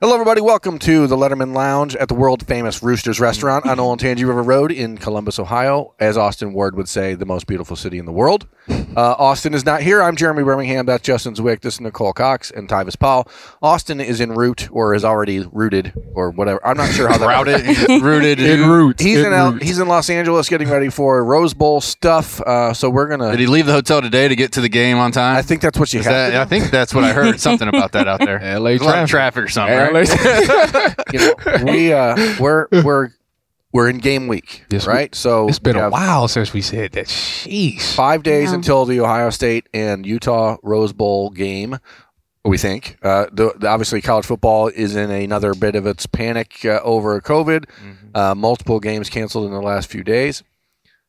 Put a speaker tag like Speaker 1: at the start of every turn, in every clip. Speaker 1: Hello, everybody. Welcome to the Letterman Lounge at the world famous Roosters Restaurant on Old Tangy River Road in Columbus, Ohio. As Austin Ward would say, the most beautiful city in the world. Uh, Austin is not here. I'm Jeremy Birmingham. That's Justin Zwick. This is Nicole Cox and Tyvis Paul. Austin is en route or is already rooted or whatever. I'm not sure how that
Speaker 2: Routed, rooted
Speaker 3: in route.
Speaker 1: He's
Speaker 3: en
Speaker 1: in, L-
Speaker 3: route.
Speaker 1: he's in Los Angeles getting ready for Rose Bowl stuff. Uh, so we're gonna.
Speaker 2: Did he leave the hotel today to get to the game on time?
Speaker 1: I think that's what you
Speaker 2: Is
Speaker 1: have.
Speaker 2: that- I think that's what I heard. Something about that out there.
Speaker 3: LA
Speaker 2: There's a lot of
Speaker 3: traffic.
Speaker 2: traffic or something. right?
Speaker 1: you know, we uh, we're we're we're in game week,
Speaker 3: Yes, we-
Speaker 1: right? so
Speaker 3: it's been
Speaker 1: we
Speaker 3: a
Speaker 1: have
Speaker 3: while since we said that. Sheesh.
Speaker 1: Five days
Speaker 4: Yeah.
Speaker 1: until the Ohio State and Utah Rose Bowl game. We think. Uh, the, the- obviously, college football is in another bit of its panic uh, over COVID.
Speaker 2: Mm-hmm.
Speaker 1: Uh, multiple games canceled in the last few days.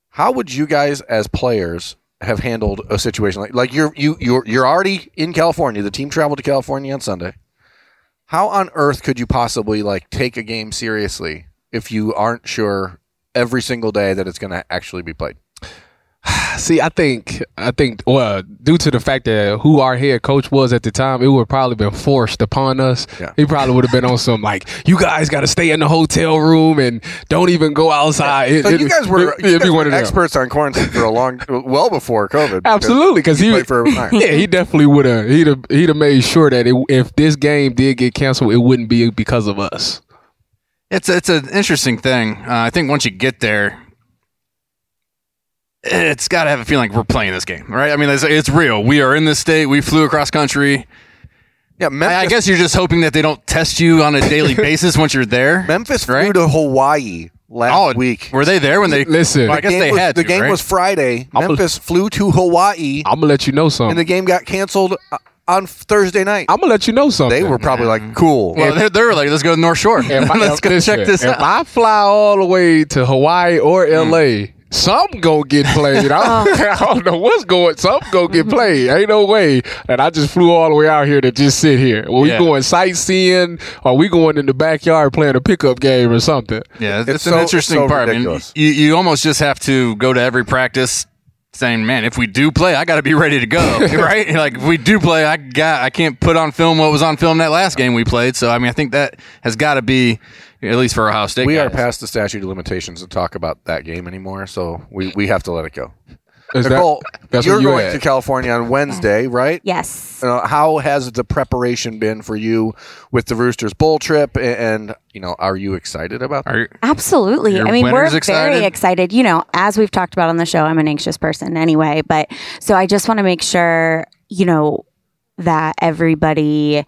Speaker 1: How would you guys, as players, have handled a situation like like you're you you're you're already in California? The team traveled to California on Sunday. How on earth could you possibly like take a game seriously if you aren't sure every single day that it's going to actually be played?
Speaker 3: Uh, See, I think I think well, due to the fact that who our head coach was at the time, it would probably been forced upon us.
Speaker 1: Yeah.
Speaker 3: He probably would have been on some like, you guys got to stay in the hotel room and don't even go outside. It-
Speaker 1: So
Speaker 3: it-
Speaker 1: you guys were,
Speaker 3: it-
Speaker 1: you
Speaker 3: it'd
Speaker 1: guys
Speaker 3: be
Speaker 1: were
Speaker 3: one of them.
Speaker 1: experts on quarantine for a long, well before COVID. because
Speaker 3: Absolutely, because
Speaker 1: you
Speaker 3: he
Speaker 1: played for Iron.
Speaker 3: yeah, he definitely would have. He'd have he'd have made sure that it, if this game did get canceled, it wouldn't be because of us.
Speaker 2: It's it's an interesting thing. Uh, I think once you get there, it's got to have a feeling like we're playing this game, right? I mean, it's, it's real. We are in this state. We flew across country.
Speaker 1: Yeah,
Speaker 2: I, I
Speaker 1: Memphis,
Speaker 2: guess you're just hoping that they don't test you on a daily basis once you're there.
Speaker 1: Memphis flew
Speaker 2: right? Oh,
Speaker 1: to Hawaii last week.
Speaker 2: Were they there when they?
Speaker 3: Listen.
Speaker 2: Well, I guess
Speaker 1: game
Speaker 2: they
Speaker 1: was,
Speaker 2: had
Speaker 1: the
Speaker 2: to,
Speaker 1: game
Speaker 2: right?
Speaker 1: was Friday.
Speaker 3: I'm a-
Speaker 1: Memphis flew to Hawaii,
Speaker 3: I'm gonna let you know something.
Speaker 1: and the game got canceled uh, on Thursday night.
Speaker 3: I'm gonna let you know something.
Speaker 1: They were probably like, "Cool."
Speaker 2: Well, they're, they're like, let's go to North Shore.
Speaker 3: If I-
Speaker 2: let's go
Speaker 3: listen,
Speaker 2: check this
Speaker 3: if
Speaker 2: out. Mm.
Speaker 3: I fly all the way to Hawaii or LA, something gonna get played. I don't, I don't know what's going. Something gonna get played. Ain't no way that I just flew all the way out here to just sit here. Well, we
Speaker 2: Yeah.
Speaker 3: going sightseeing, or we going in the backyard playing a pickup game or something.
Speaker 2: Yeah,
Speaker 1: It's
Speaker 2: it's,
Speaker 1: so-
Speaker 2: an interesting
Speaker 1: so
Speaker 2: part.
Speaker 1: ridiculous.
Speaker 2: I mean, you, you almost just have to go to every practice saying, "Man, if we do play, I got to be ready to go." right? Like if we do play, I got I can't put on film what was on film that last game we played. So I mean, I think that has got to be at least for Ohio State.
Speaker 1: we are
Speaker 2: guys.
Speaker 1: past the statute of limitations to talk about that game anymore, so we, we have to let it go.
Speaker 3: Is that-
Speaker 1: Nicole,
Speaker 3: that's
Speaker 1: you're
Speaker 3: where you
Speaker 1: going
Speaker 3: at?
Speaker 1: to California on Wednesday, right?
Speaker 4: Yes.
Speaker 1: Uh, how has the preparation been for you with the Roosters Bowl trip? A- And, you know, are you excited about that?
Speaker 2: Are you-
Speaker 4: Absolutely.
Speaker 2: Your
Speaker 4: I mean, we're
Speaker 2: winner's excited?
Speaker 4: very excited. You know, as we've talked about on the show, I'm an anxious person anyway, but so I just want to make sure, you know, that everybody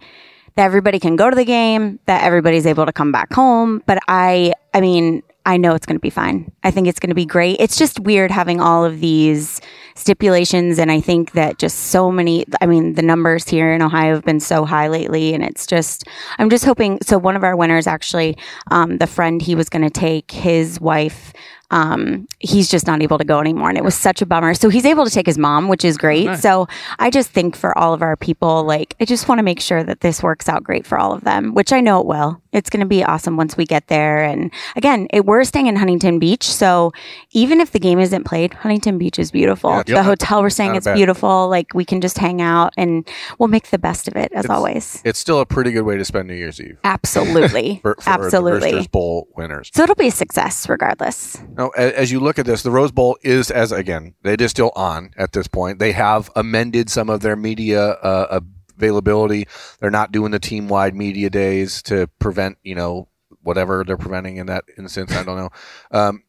Speaker 4: that everybody can go to the game, that everybody's able to come back home, but I I mean, I know it's going to be fine. I think it's going to be great. It's just weird having all of these stipulations and I think that just so many I mean, the numbers here in Ohio have been so high lately and it's just I'm just hoping so one of our winners actually um, the friend he was going to take his wife um, he's just not able to go anymore and it was such a bummer so he's able to take his mom which is great so i just think for all of our people like i just want to make sure that this works out great for all of them which i know it will it's going to be awesome once we get there and again it, we're staying in huntington beach so even if the game isn't played huntington beach is beautiful
Speaker 1: Yeah, it's
Speaker 4: the
Speaker 1: not-
Speaker 4: hotel we're staying
Speaker 1: not a
Speaker 4: it's
Speaker 1: bad-
Speaker 4: beautiful like we can just hang out and we'll make the best of it as always
Speaker 1: It's still a pretty good way to spend New Year's Eve
Speaker 4: absolutely
Speaker 1: for, for
Speaker 4: absolutely
Speaker 1: the Roosters Bowl winners.
Speaker 4: so it'll be a success regardless.
Speaker 1: Now, a- as you look at this, the Rose Bowl is, as again, it is still on at this point. They have amended some of their media uh, availability. They're not doing the team wide media days to prevent, you know, whatever they're preventing in that instance. I don't know. Um,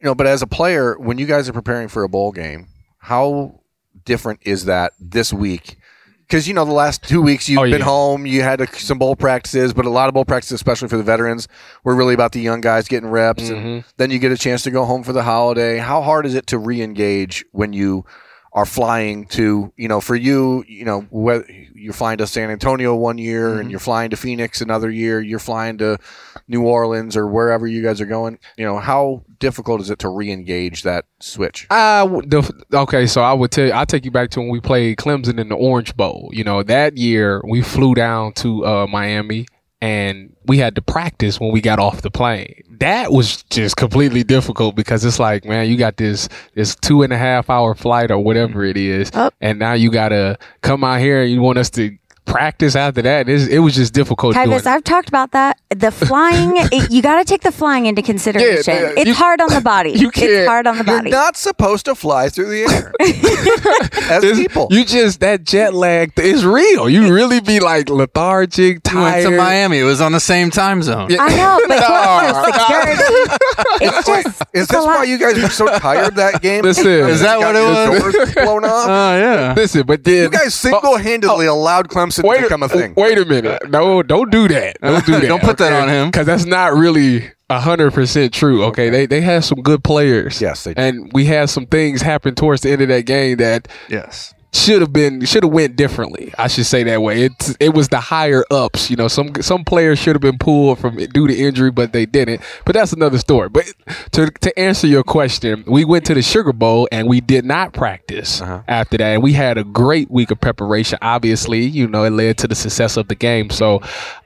Speaker 1: you know, but as a player, when you guys are preparing for a bowl game, how different is that this week? Because you know, the last two weeks you've
Speaker 3: Oh,
Speaker 1: been
Speaker 3: yeah.
Speaker 1: home, you had a, some bowl practices, but a lot of bowl practices, especially for the veterans, were really about the young guys getting reps,
Speaker 3: Mm-hmm.
Speaker 2: Mm-hmm.
Speaker 1: and then you get a chance to go home for the holiday. How hard is it to re-engage when you are flying to, you know, for you, you know, whether you're flying to San Antonio one year and you're flying to Phoenix another year, you're flying to New Orleans or wherever you guys are going, you know, how difficult is it to re-engage that switch?
Speaker 3: Uh, w- the, okay, so I would tell you, I'll take you back to when we played Clemson in the Orange Bowl. You know, that year we flew down to uh, Miami and we had to practice when we got off the plane. That was just completely difficult because it's like, man, you got this this two and a half hour flight or whatever it is,
Speaker 4: Up.
Speaker 3: and now you gotta come out here and you want us to practice after that, it's, it was just difficult. doing
Speaker 4: Tyvis,
Speaker 3: it.
Speaker 4: I've talked about that. The flying, it, you got to take the flying into consideration.
Speaker 1: yeah,
Speaker 4: it's hard on the body.
Speaker 3: you
Speaker 4: It's
Speaker 3: can't-
Speaker 4: hard on the
Speaker 1: You're
Speaker 4: body.
Speaker 1: not supposed to fly through the air as
Speaker 3: It's-
Speaker 1: people.
Speaker 3: You just that jet lag th- is real. You really be like lethargic,
Speaker 2: We went
Speaker 3: tired.
Speaker 2: to Miami. It was on the same time zone.
Speaker 4: I know, but it's for security. It's just.
Speaker 1: Is
Speaker 4: it's a
Speaker 1: this why
Speaker 4: lot.
Speaker 1: you guys were so tired that game?
Speaker 3: Listen. Is
Speaker 2: that
Speaker 1: Got
Speaker 2: what it
Speaker 1: your doors blown off?
Speaker 2: Oh yeah.
Speaker 3: Listen, but then uh,
Speaker 1: you guys single-handedly allowed Clemson to
Speaker 3: Oh, wait,
Speaker 1: become a thing.
Speaker 3: wait a minute. No, don't do that. Don't do that.
Speaker 2: Don't put that on him.
Speaker 3: because that's not really hundred percent true. Okay, they they had some good players.
Speaker 1: Yes, they did.
Speaker 3: and we had some things happen towards the end of that game that
Speaker 2: Yes.
Speaker 3: should have been should have went differently. I should say that way. It's it was the higher ups. You know, some some players should have been pulled from due to injury, but they didn't. But that's another story. But to to answer your question, we went to the Sugar Bowl and we did not practice after that. And we had a great week of preparation. Obviously, you know, it led to the success of the game. So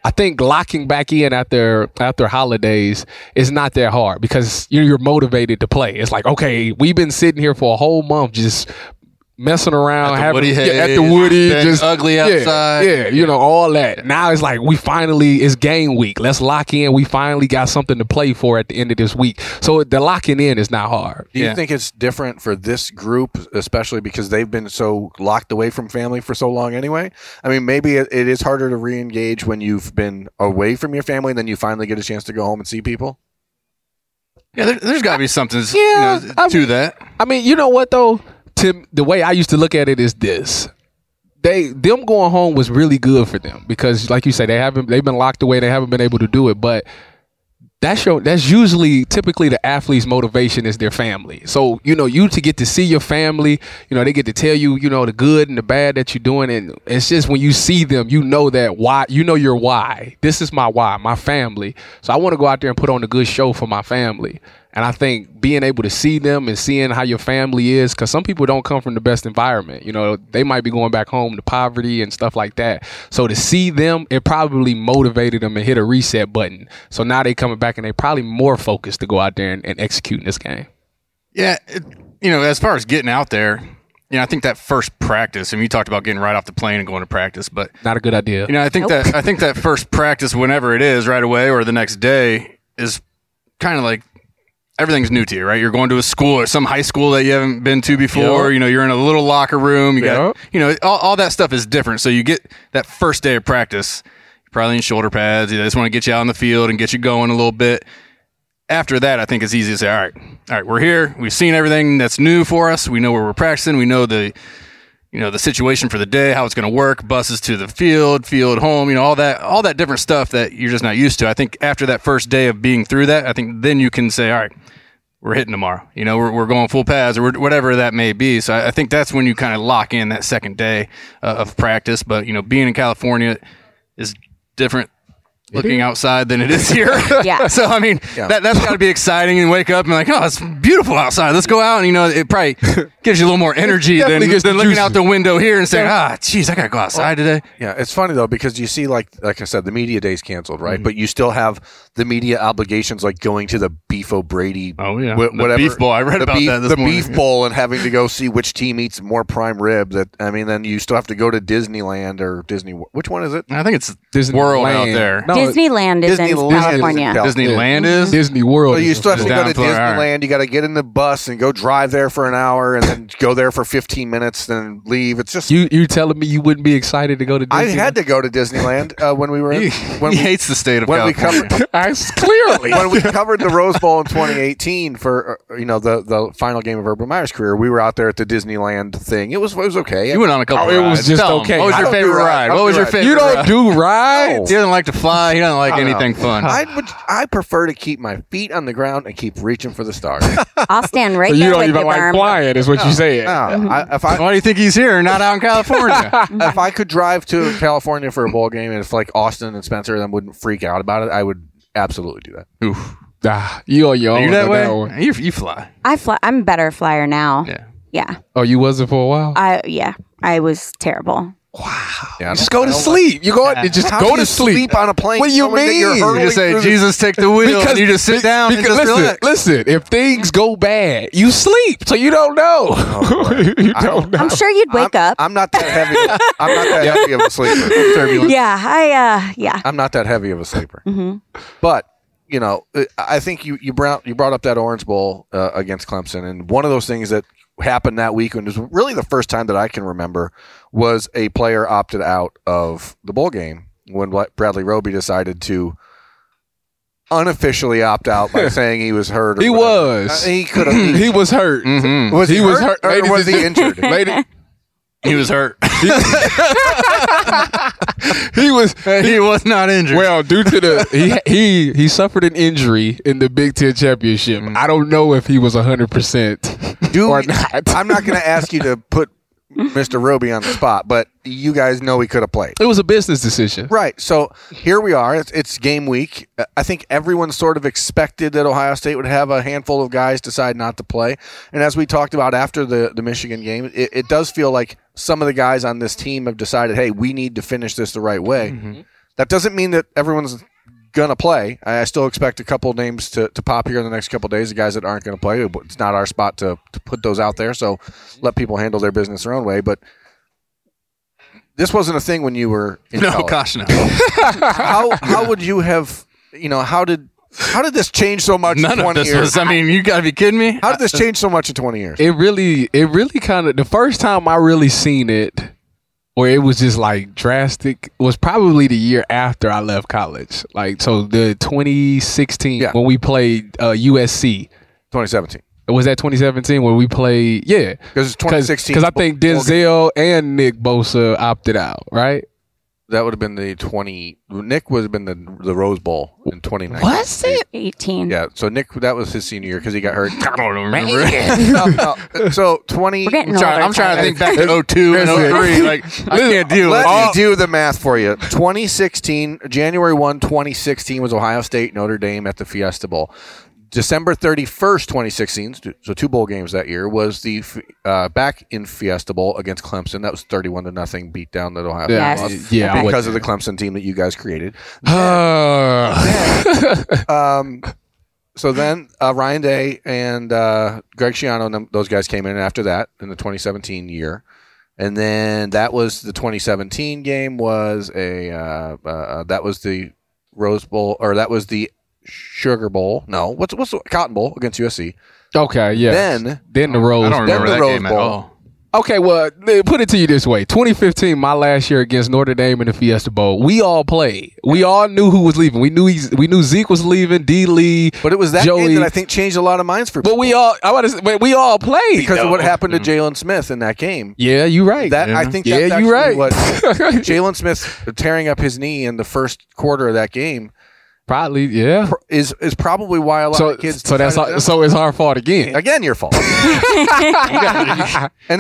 Speaker 3: I think locking back in after after holidays is not that hard because you're, you're motivated to play. It's like okay, we've been sitting here for a whole month just messing around
Speaker 2: At the
Speaker 3: having-
Speaker 2: Woody
Speaker 3: yeah, at the
Speaker 2: Hayes,
Speaker 3: Woody,
Speaker 2: been
Speaker 3: just
Speaker 2: ugly
Speaker 3: yeah,
Speaker 2: outside.
Speaker 3: Yeah, you know all that. Now it's like we finally it's game week. Let's lock in. We finally got something to play for at the end of this week. So the locking in is not hard.
Speaker 1: Do you
Speaker 2: Yeah.
Speaker 1: think it's different for this group, especially because they've been so locked away from family for so long anyway? I mean, maybe it, it is harder to re-engage when you've been away from your family and then you finally get a chance to go home and see people.
Speaker 2: Yeah. There, there's got to be something you
Speaker 3: Yeah,
Speaker 2: know,
Speaker 3: I-
Speaker 2: to that.
Speaker 3: I mean, you know what though, Tim. The way I used to look at it is this: they them going home was really good for them because, like you say, they haven't they've been locked away. They haven't been able to do it, but. That's your. That's usually typically the athlete's motivation is their family. So you know you to get to see your family. You know they get to tell you you know the good and the bad that you're doing, and it's just when you see them, you know that why. You know your why. This is my why, my family. So I want to go out there and put on a good show for my family. And I think being able to see them and seeing how your family is, because some people don't come from the best environment. You know, they might be going back home to poverty and stuff like that. So to see them, it probably motivated them and hit a reset button. So now they coming back and they probably more focused to go out there and, and execute in this game.
Speaker 2: Yeah. It, you know, as far as getting out there, you know, I think that first practice, and you talked about getting right off the plane and going to practice, but
Speaker 3: Not a good idea.
Speaker 2: You know, I think that I think that first practice, whenever it is, right away or the next day, is kind of like everything's new to you, right? You're going to a school or some high school that you haven't been to before. You know, you're in a little locker room. You got, you know, all, all that stuff is different. So you get that first day of practice, you're probably in shoulder pads. They just want to get you out on the field and get you going a little bit. After that, I think it's easy to say, all right, all right, we're here. We've seen everything that's new for us. We know where we're practicing. We know the you know the situation for the day, how it's going to work, buses to the field, field home, you know all that all that different stuff that you're just not used to. I think after that first day of being through that, I think then you can say, all right, we're hitting tomorrow. You know, we're, we're going full pads or we're, whatever that may be. So I, I think that's when you kind of lock in that second day uh, of practice. But you know, being in California is different. Looking outside than it is here.
Speaker 4: Yeah.
Speaker 2: so I mean, that that's got to be exciting and wake up and like, oh, it's beautiful outside. Let's go out and you know, it probably gives you a little more energy than,
Speaker 3: definitely gets
Speaker 2: than
Speaker 3: the
Speaker 2: looking
Speaker 3: juices.
Speaker 2: out the window here and saying, ah, geez, I gotta go outside today.
Speaker 1: Yeah, it's funny though because you see, like like I said, the media day's canceled, right? But you still have the media obligations, like going to the Beef O'Brady.
Speaker 2: Oh, yeah.
Speaker 1: wh-
Speaker 2: The
Speaker 1: whatever
Speaker 2: Beef Bowl. I read
Speaker 1: the
Speaker 2: about
Speaker 1: beef,
Speaker 2: that this
Speaker 1: the
Speaker 2: morning.
Speaker 1: Beef Bowl and having to go see which team eats more prime rib. That I mean, then you still have to go to Disneyland or Disney. Which one is it?
Speaker 2: I think it's
Speaker 3: Disneyland.
Speaker 2: world out there.
Speaker 3: No,
Speaker 4: Disneyland is
Speaker 1: Disneyland
Speaker 4: in
Speaker 1: is in
Speaker 4: California.
Speaker 1: Cal-
Speaker 2: Disneyland is.
Speaker 3: Disney World.
Speaker 1: So you
Speaker 3: is-
Speaker 1: still have
Speaker 2: Just
Speaker 1: to go
Speaker 2: down
Speaker 1: to
Speaker 2: for an hour.
Speaker 1: Disneyland. You got to get in the bus and go drive there for an hour, and then go there for 15 minutes, then leave. It's just
Speaker 3: you you telling me you wouldn't be excited to go to Disney?
Speaker 1: I had to go to Disneyland uh, when we were
Speaker 2: He,
Speaker 1: in, when
Speaker 2: he
Speaker 1: we,
Speaker 2: hates the state of
Speaker 1: when we
Speaker 2: California.
Speaker 1: covered
Speaker 3: I, clearly.
Speaker 1: when we covered the Rose Bowl in 2018 for uh, you know the the final game of Urban Meyer's career. We were out there at the Disneyland thing. It was it was okay.
Speaker 2: you went on a couple.
Speaker 3: Oh, it was
Speaker 2: rides.
Speaker 3: just
Speaker 2: Tell him,
Speaker 3: okay.
Speaker 2: What was
Speaker 1: I don't
Speaker 2: your
Speaker 1: do
Speaker 2: favorite
Speaker 1: rides. I
Speaker 2: ride? What
Speaker 1: don't
Speaker 2: was
Speaker 1: do
Speaker 2: your
Speaker 1: rides.
Speaker 2: favorite?
Speaker 3: you don't
Speaker 2: ride?
Speaker 3: do rides.
Speaker 2: He doesn't like to fly. He doesn't like
Speaker 1: don't know.
Speaker 2: anything fun.
Speaker 1: I would I prefer to keep my feet on the ground and keep reaching for the stars. no,
Speaker 4: I'll stand right
Speaker 3: So you
Speaker 4: there
Speaker 3: don't
Speaker 4: with
Speaker 3: even
Speaker 4: you,
Speaker 3: like
Speaker 4: Berm.
Speaker 3: flying, is what you said.
Speaker 1: I, if I
Speaker 2: Why do you think he's here and not out in California?
Speaker 1: if I could drive to California for a bowl game and if like Austin and Spencer then wouldn't freak out about it, I would absolutely do that.
Speaker 2: Oof.
Speaker 3: Nah, you on your
Speaker 2: Are
Speaker 3: own.
Speaker 2: you that
Speaker 3: on
Speaker 2: way?
Speaker 3: one.
Speaker 2: You, you fly.
Speaker 4: I fly. I'm a better flyer now.
Speaker 2: Yeah.
Speaker 4: Yeah.
Speaker 3: Oh, you wasn't for a while.
Speaker 4: I yeah. I was terrible.
Speaker 1: Yeah, I
Speaker 3: Just
Speaker 1: don't-
Speaker 3: go to
Speaker 1: I don't
Speaker 3: sleep. You go.
Speaker 5: Yeah.
Speaker 3: You just
Speaker 1: How
Speaker 3: go
Speaker 1: do you
Speaker 3: to sleep.
Speaker 1: sleep on a plane?
Speaker 3: What do you
Speaker 1: Knowing that you're
Speaker 3: mean?
Speaker 1: hurtling
Speaker 2: You just say,
Speaker 1: through the-
Speaker 2: Jesus, take the wheel. and you just sit
Speaker 3: be-
Speaker 2: down and
Speaker 3: because-
Speaker 2: just
Speaker 3: listen,
Speaker 2: relax.
Speaker 3: listen. If things go bad, you sleep, so you don't know. you Oh, don't know.
Speaker 4: I'm sure you'd wake
Speaker 1: I'm,
Speaker 4: up.
Speaker 1: I'm not that heavy. I'm not that heavy of a sleeper. Turbulent.
Speaker 4: yeah, I uh, yeah.
Speaker 1: I'm not that heavy of a sleeper.
Speaker 4: hmm
Speaker 1: But you know, I- I think you you brought you brought up that Orange Bowl uh, against Clemson, and one of those things that happened that week, and it was really the first time that I can remember, was a player opted out of the bowl game when Bla- Bradley Roby decided to unofficially opt out by saying he was hurt. or
Speaker 3: He
Speaker 1: whatever.
Speaker 3: was.
Speaker 1: Uh, he could have.
Speaker 3: he was hurt.
Speaker 2: Mhm.
Speaker 1: Was he,
Speaker 3: Mm. He was
Speaker 1: hurt,
Speaker 3: hurt,
Speaker 1: or
Speaker 3: ladies
Speaker 1: was he
Speaker 3: and gen-
Speaker 1: injured?
Speaker 3: Lady-
Speaker 2: Mm-hmm. He was hurt.
Speaker 3: he was.
Speaker 2: he was not injured.
Speaker 3: Well, due to the he he he suffered an injury in the Big Ten championship. I don't know if he was hundred percent
Speaker 1: Do
Speaker 3: or
Speaker 1: we-
Speaker 3: not.
Speaker 1: I'm not going to ask you to put Mr. Roby on the spot, but you guys know he could have played.
Speaker 3: It was a business decision.
Speaker 1: Right. So here we are. It's, it's game week. Uh, I think everyone sort of expected that Ohio State would have a handful of guys decide not to play. And as we talked about after the, the Michigan game, it, it does feel like some of the guys on this team have decided, hey, we need to finish this the right way. That doesn't mean that everyone's going to play. I, I still expect a couple names to, to pop here in the next couple days, the guys that aren't going to play. But It's not our spot to, to put those out there. So let people handle their business their own way. But this wasn't a thing when you were in
Speaker 2: no,
Speaker 1: college
Speaker 2: gosh, no.
Speaker 1: how how would you have you know how did how did this change so much
Speaker 2: None
Speaker 1: in
Speaker 2: of
Speaker 1: 20
Speaker 2: this
Speaker 1: years
Speaker 2: was. I mean, you gotta be kidding me.
Speaker 1: how did this change so much in 20 years
Speaker 3: It really, it really kind of the first time I really seen it, where it was just like drastic, was probably the year after I left college. Like so, the 2016
Speaker 1: Yeah.
Speaker 3: when we played uh, USC.
Speaker 1: 2017
Speaker 3: Was that 2017 when we played? Yeah,
Speaker 1: because 2016
Speaker 3: because I think Denzel and Nick Bosa opted out, right?
Speaker 1: that would have been the 20 Nick would have been the the Rose Bowl in 2019
Speaker 3: What's it?
Speaker 4: Eighteen.
Speaker 1: yeah so Nick that was his senior year because he got hurt
Speaker 2: I don't remember.
Speaker 1: No, no. so 20
Speaker 4: We're getting
Speaker 2: I'm trying,
Speaker 4: older.
Speaker 2: I'm trying to
Speaker 4: Tyler.
Speaker 2: think back to 02 and 03. Like, I can't deal with
Speaker 1: let
Speaker 2: all,
Speaker 1: me do the math for you. 2016, January 1, 2016 was Ohio State Notre Dame at the Fiesta Bowl. December 31st, 2016, so two bowl games that year, was the uh, back in Fiesta Bowl against Clemson. That was 31 to nothing beat down that Ohio
Speaker 3: Yeah,
Speaker 1: State lost
Speaker 4: Yes.
Speaker 3: yeah, I
Speaker 4: Okay.
Speaker 1: because of the Clemson team that you guys created. Um, so then uh, Ryan Day and uh, Greg Schiano and them, those guys came in after that in the 2017 year, and then that was the 2017 game was a uh, uh, that was the Rose Bowl or that was the Sugar Bowl. No, what's what's the Cotton Bowl against USC?
Speaker 3: okay, yeah.
Speaker 1: Then
Speaker 3: then the Rose.
Speaker 2: I don't remember
Speaker 1: the
Speaker 2: that
Speaker 1: Rose
Speaker 2: game at
Speaker 1: Bowl.
Speaker 2: all.
Speaker 3: Okay, well, th- put it to you this way: 2015, my last year against Notre Dame in the Fiesta Bowl, we all played. We all knew who was leaving. We knew he's, we knew Zeke was leaving, D. Lee,
Speaker 1: but it was that
Speaker 3: Joey.
Speaker 1: game that I think changed a lot of minds for
Speaker 3: but we all I want to, but we all played
Speaker 1: because of
Speaker 3: though.
Speaker 1: what happened to Jalen Smith in that game.
Speaker 3: Yeah, you're right.
Speaker 1: That I think
Speaker 3: yeah,
Speaker 1: that's actually
Speaker 3: you're right.
Speaker 1: what Jalen Smith tearing up his knee in the first quarter of that game
Speaker 3: Probably, yeah.
Speaker 1: pr- is is probably why a lot
Speaker 3: So,
Speaker 1: of kids.
Speaker 3: so that's
Speaker 1: decided-
Speaker 3: our, so it's our fault again.
Speaker 1: again your fault. In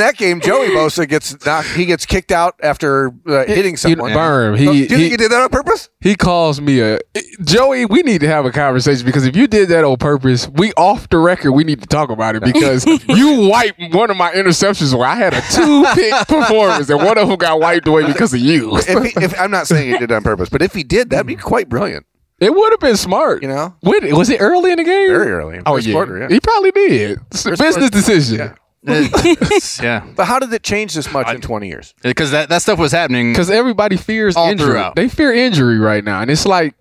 Speaker 1: that game, Joey Bosa gets knocked. He gets kicked out after uh, hitting
Speaker 3: You
Speaker 1: someone.
Speaker 3: know, Berm,
Speaker 1: So, do
Speaker 3: he,
Speaker 1: you
Speaker 3: he
Speaker 1: think he did that on purpose?
Speaker 3: He calls me a Joey. We need to have a conversation because if you did that on purpose, we off the record. We need to talk about it because you wiped one of my interceptions where I had a two pick performance and one of them got wiped away because of you.
Speaker 1: If, he, if I'm not saying he did it on purpose, but if he did, that'd be
Speaker 3: Mm.
Speaker 1: quite brilliant.
Speaker 3: It would have been smart,
Speaker 1: You know,
Speaker 3: When, was it early in the game?
Speaker 1: very early.
Speaker 3: Oh
Speaker 1: first
Speaker 3: yeah.
Speaker 1: quarter, yeah.
Speaker 3: he probably did. It's a business decision
Speaker 2: It's- yeah,
Speaker 1: But how did it change this much in 20 years?
Speaker 2: because that, that stuff was happening.
Speaker 3: because everybody fears
Speaker 2: All
Speaker 3: injury.
Speaker 2: throughout.
Speaker 3: They fear injury right now, and it's like,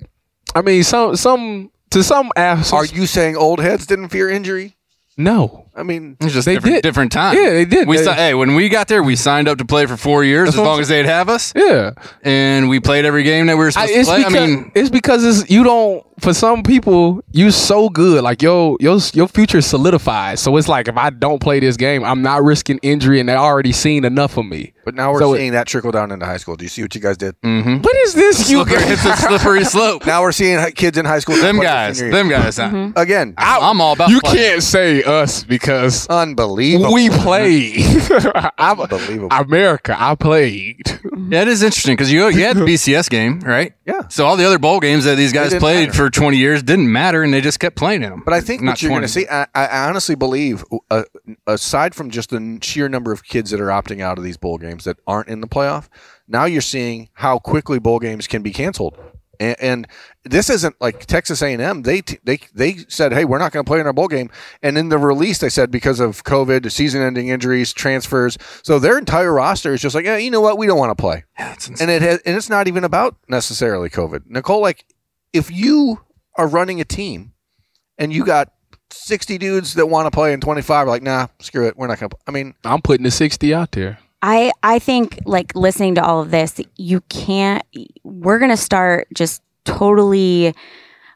Speaker 3: I mean, some some to some
Speaker 1: Are
Speaker 3: assholes.
Speaker 1: you saying old heads didn't fear injury?
Speaker 3: no,
Speaker 1: I mean,
Speaker 2: It's just
Speaker 3: They
Speaker 2: different,
Speaker 3: did.
Speaker 2: different time.
Speaker 3: Yeah, they did.
Speaker 2: We
Speaker 3: They-
Speaker 2: si- hey, when we got there, we signed up to play for four years as
Speaker 3: what I'm
Speaker 2: long as they'd have us,
Speaker 3: yeah.
Speaker 2: and we played every game that we were
Speaker 3: I,
Speaker 2: supposed to
Speaker 3: it's,
Speaker 2: play.
Speaker 3: because,
Speaker 2: I mean,
Speaker 3: it's because it's you don't. For some people, you so good, like yo, your your future solidified. So it's like if I don't play this game, I'm not risking injury, and they already seen enough of me.
Speaker 1: but now we're
Speaker 3: So it- Mm.
Speaker 1: seeing that trickle down into high school. Do you see what you guys did?
Speaker 2: mhm.
Speaker 3: What is this, you
Speaker 2: Slippery-
Speaker 3: guys?
Speaker 2: it's a slippery slope.
Speaker 1: Now we're seeing hi- kids in high school.
Speaker 2: them
Speaker 1: play their
Speaker 2: guys,
Speaker 1: senior year.
Speaker 2: them guys. huh?
Speaker 1: again.
Speaker 2: I'm all about.
Speaker 3: Mm-hmm. You
Speaker 2: playing.
Speaker 3: can't say us because
Speaker 1: Unbelievable.
Speaker 3: we played. I'm,
Speaker 1: Unbelievable.
Speaker 3: America, I played.
Speaker 2: Yeah, it is interesting because you, you had the BCS game, right?
Speaker 1: Yeah.
Speaker 2: So all the other bowl games that these guys
Speaker 1: didn't
Speaker 2: played
Speaker 1: matter.
Speaker 2: for 20 years didn't matter, and they just kept playing them.
Speaker 1: But I think
Speaker 2: Um, Not
Speaker 1: what you're going to
Speaker 2: 20.
Speaker 1: see, I, I honestly believe, uh, aside from just the n- sheer number of kids that are opting out of these bowl games that aren't in the playoff, now you're seeing how quickly bowl games can be canceled. And, and this isn't like Texas A&M. They t- they they said, "Hey, we're not going to play in our bowl game." And in the release, they said because of COVID, season-ending injuries, transfers. So their entire roster is just like, "Yeah, you know what? We don't want to play."
Speaker 2: That's insane.
Speaker 1: and it has, and it's not even about necessarily COVID. Nicole, like if you are running a team and you got sixty dudes that want to play and twenty five are like, nah, screw it, we're not gonna. Play. I mean,
Speaker 3: I'm putting the 60 out there.
Speaker 4: I I think like listening to all of this, you can't. We're gonna start just totally,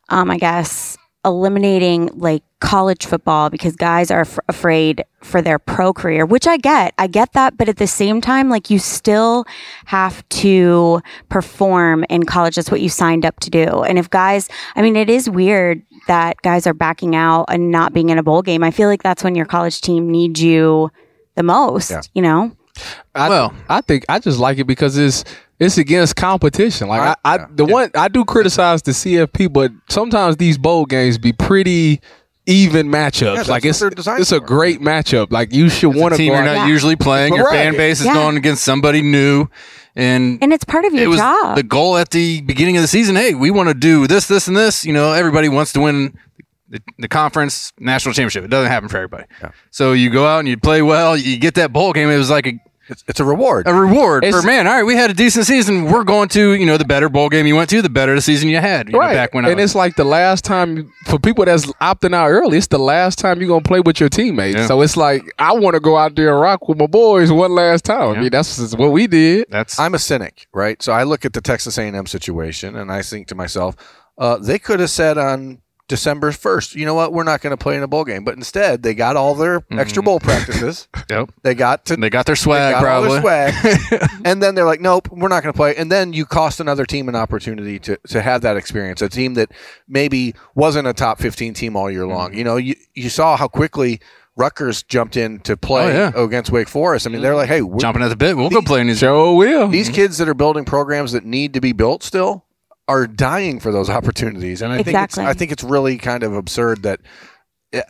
Speaker 4: um, I guess, eliminating like college football because guys are af- afraid for their pro career, which I get. I get that, but at the same time, like you still have to perform in college. That's what you signed up to do. And if guys, I mean, it is weird that guys are backing out and not being in a bowl game. I feel like that's when your college team needs you the most.
Speaker 1: Yeah.
Speaker 4: You know.
Speaker 3: I,
Speaker 2: Well-
Speaker 3: I think I just like it because it's it's against competition. Like I, I,
Speaker 1: Yeah.
Speaker 3: the one I do criticize the CFP, but sometimes these bowl games be pretty even matchups.
Speaker 1: that's
Speaker 3: like
Speaker 1: what
Speaker 3: it's
Speaker 1: they're designed
Speaker 3: it's a
Speaker 1: for.
Speaker 3: great matchup. Like you should want
Speaker 2: the
Speaker 3: to
Speaker 2: team
Speaker 3: go.
Speaker 2: you're
Speaker 3: out-
Speaker 2: not usually playing. Your
Speaker 1: Right.
Speaker 2: fan base is
Speaker 4: Yeah.
Speaker 2: going against somebody new, and,
Speaker 4: And it's part of your
Speaker 2: it was
Speaker 4: job.
Speaker 2: the goal at the beginning of the season. Hey, we want to do this, this, and this. You know, everybody wants to win the, the conference national championship. It doesn't happen for everybody. So you go out and you play well. You get that bowl game. It was like a
Speaker 1: it's, it's a reward.
Speaker 2: a reward
Speaker 3: It's-
Speaker 2: for man. All right, we had a decent season. We're going to you know the better bowl game you went to, the better the season you had. You know,
Speaker 3: Right.
Speaker 2: back when I
Speaker 3: and
Speaker 2: was-
Speaker 3: it's like the last time for people that's opting out early, it's the last time you're gonna play with your teammates.
Speaker 2: Yeah.
Speaker 3: So it's like I want to go out there and rock with my boys one last time. I
Speaker 2: Yeah.
Speaker 3: mean, that's just what we did.
Speaker 2: that's
Speaker 1: I'm a cynic, right? So I look at the Texas A&M situation and I think to myself, uh, they could have said on December first, you know what, we're not going to play in a bowl game. But instead, they got all their extra bowl practices.
Speaker 2: yep.
Speaker 1: They got to
Speaker 2: They got their
Speaker 1: They
Speaker 2: swag
Speaker 1: got all
Speaker 2: probably.
Speaker 1: their swag. and then they're like, nope, we're not going to play. And then you cost another team an opportunity to, to have that experience. A team that maybe wasn't a top 15 team all year
Speaker 2: Mm-hmm.
Speaker 1: long. You know, you, you saw how quickly Rutgers jumped in to play
Speaker 2: Oh,
Speaker 1: against Wake Forest. I mean, they're like, hey, we're,
Speaker 2: Jumping at the bit. We'll go play in these.
Speaker 3: Joe will.
Speaker 1: these kids that are building programs that need to be built still are dying for those opportunities. And I
Speaker 4: Exactly.
Speaker 1: think it's, I think it's really kind of absurd that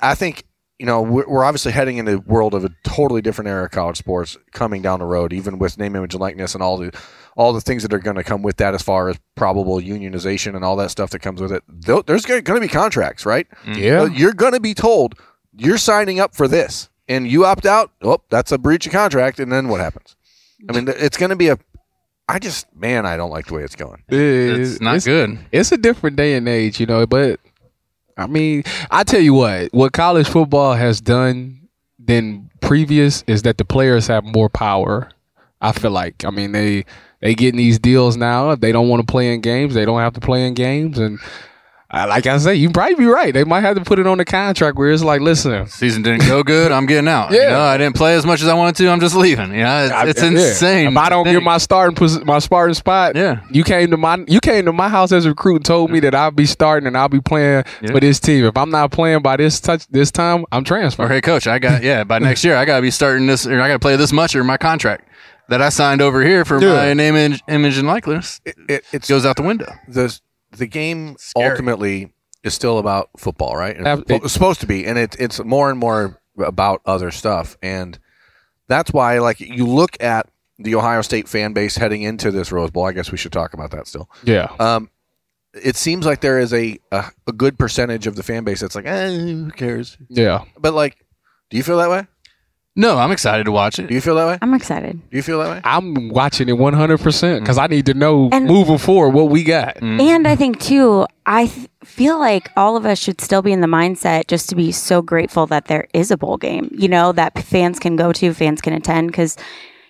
Speaker 1: I think you know we're, we're obviously heading into a world of a totally different era of college sports coming down the road, even with name, image, and likeness and all the all the things that are going to come with that as far as probable unionization and all that stuff that comes with it. Tho- There's going to be contracts, right?
Speaker 3: yeah.
Speaker 1: Uh, You're going to be told you're signing up for this, and you opt out. Oh, that's a breach of contract, and then what happens? I mean, th- it's going to be a. I just, man, I don't like the way it's going.
Speaker 3: It-
Speaker 2: It's not
Speaker 3: it's-
Speaker 2: good.
Speaker 3: It's a different day and age, you know, but I mean, I tell you what, what college football has done than previous is that the players have more power. I feel like. I mean, they they getting these deals now. If they don't want to play in games, they don't have to play in games and I, like I say, you probably be right. They might have to put it on the contract where it's like, listen,
Speaker 2: Season didn't go good. I'm getting out.
Speaker 3: Yeah.
Speaker 2: You know, I didn't play as much as I wanted to. I'm just leaving. You know,
Speaker 3: I-
Speaker 2: it's, it's
Speaker 3: yeah.
Speaker 2: insane.
Speaker 3: If I don't
Speaker 2: Think.
Speaker 3: get my starting pos- my starting spot,
Speaker 2: Yeah.
Speaker 3: you came to my you came to my house as a recruit and told me that I'll be starting and I'll be playing
Speaker 2: Yeah.
Speaker 3: for this team. If I'm not playing by this touch this time, I'm
Speaker 2: or
Speaker 3: transferring.
Speaker 2: hey coach, I got yeah. By next year, I got to be starting this, or I got to play this much, or my contract that I signed over here for
Speaker 3: Yeah.
Speaker 2: my name, image, image and likeness
Speaker 1: It, it, it's
Speaker 2: goes out the window.
Speaker 1: the the game
Speaker 2: Scary.
Speaker 1: ultimately is still about football, right? And
Speaker 3: Ab-
Speaker 1: it's supposed to be, and it, it's more and more about other stuff, and that's why, like, you look at the Ohio State fan base heading into this Rose Bowl. I guess we should talk about that still.
Speaker 3: Yeah.
Speaker 1: Um, it seems like there is a, a a good percentage of the fan base that's like, eh, who cares?
Speaker 3: Yeah.
Speaker 1: But like, do you feel that way?
Speaker 2: No, I'm excited to watch
Speaker 1: Do
Speaker 2: it.
Speaker 1: you feel that way?
Speaker 4: I'm excited.
Speaker 1: Do you feel that way?
Speaker 3: I'm watching it 100% because I need to know
Speaker 4: And-
Speaker 3: moving forward what we got.
Speaker 2: Mm. Mm-hmm.
Speaker 4: And I think, too, I th- feel like all of us should still be in the mindset just to be so grateful that there is a bowl game, you know, that fans can go to, fans can attend. Because,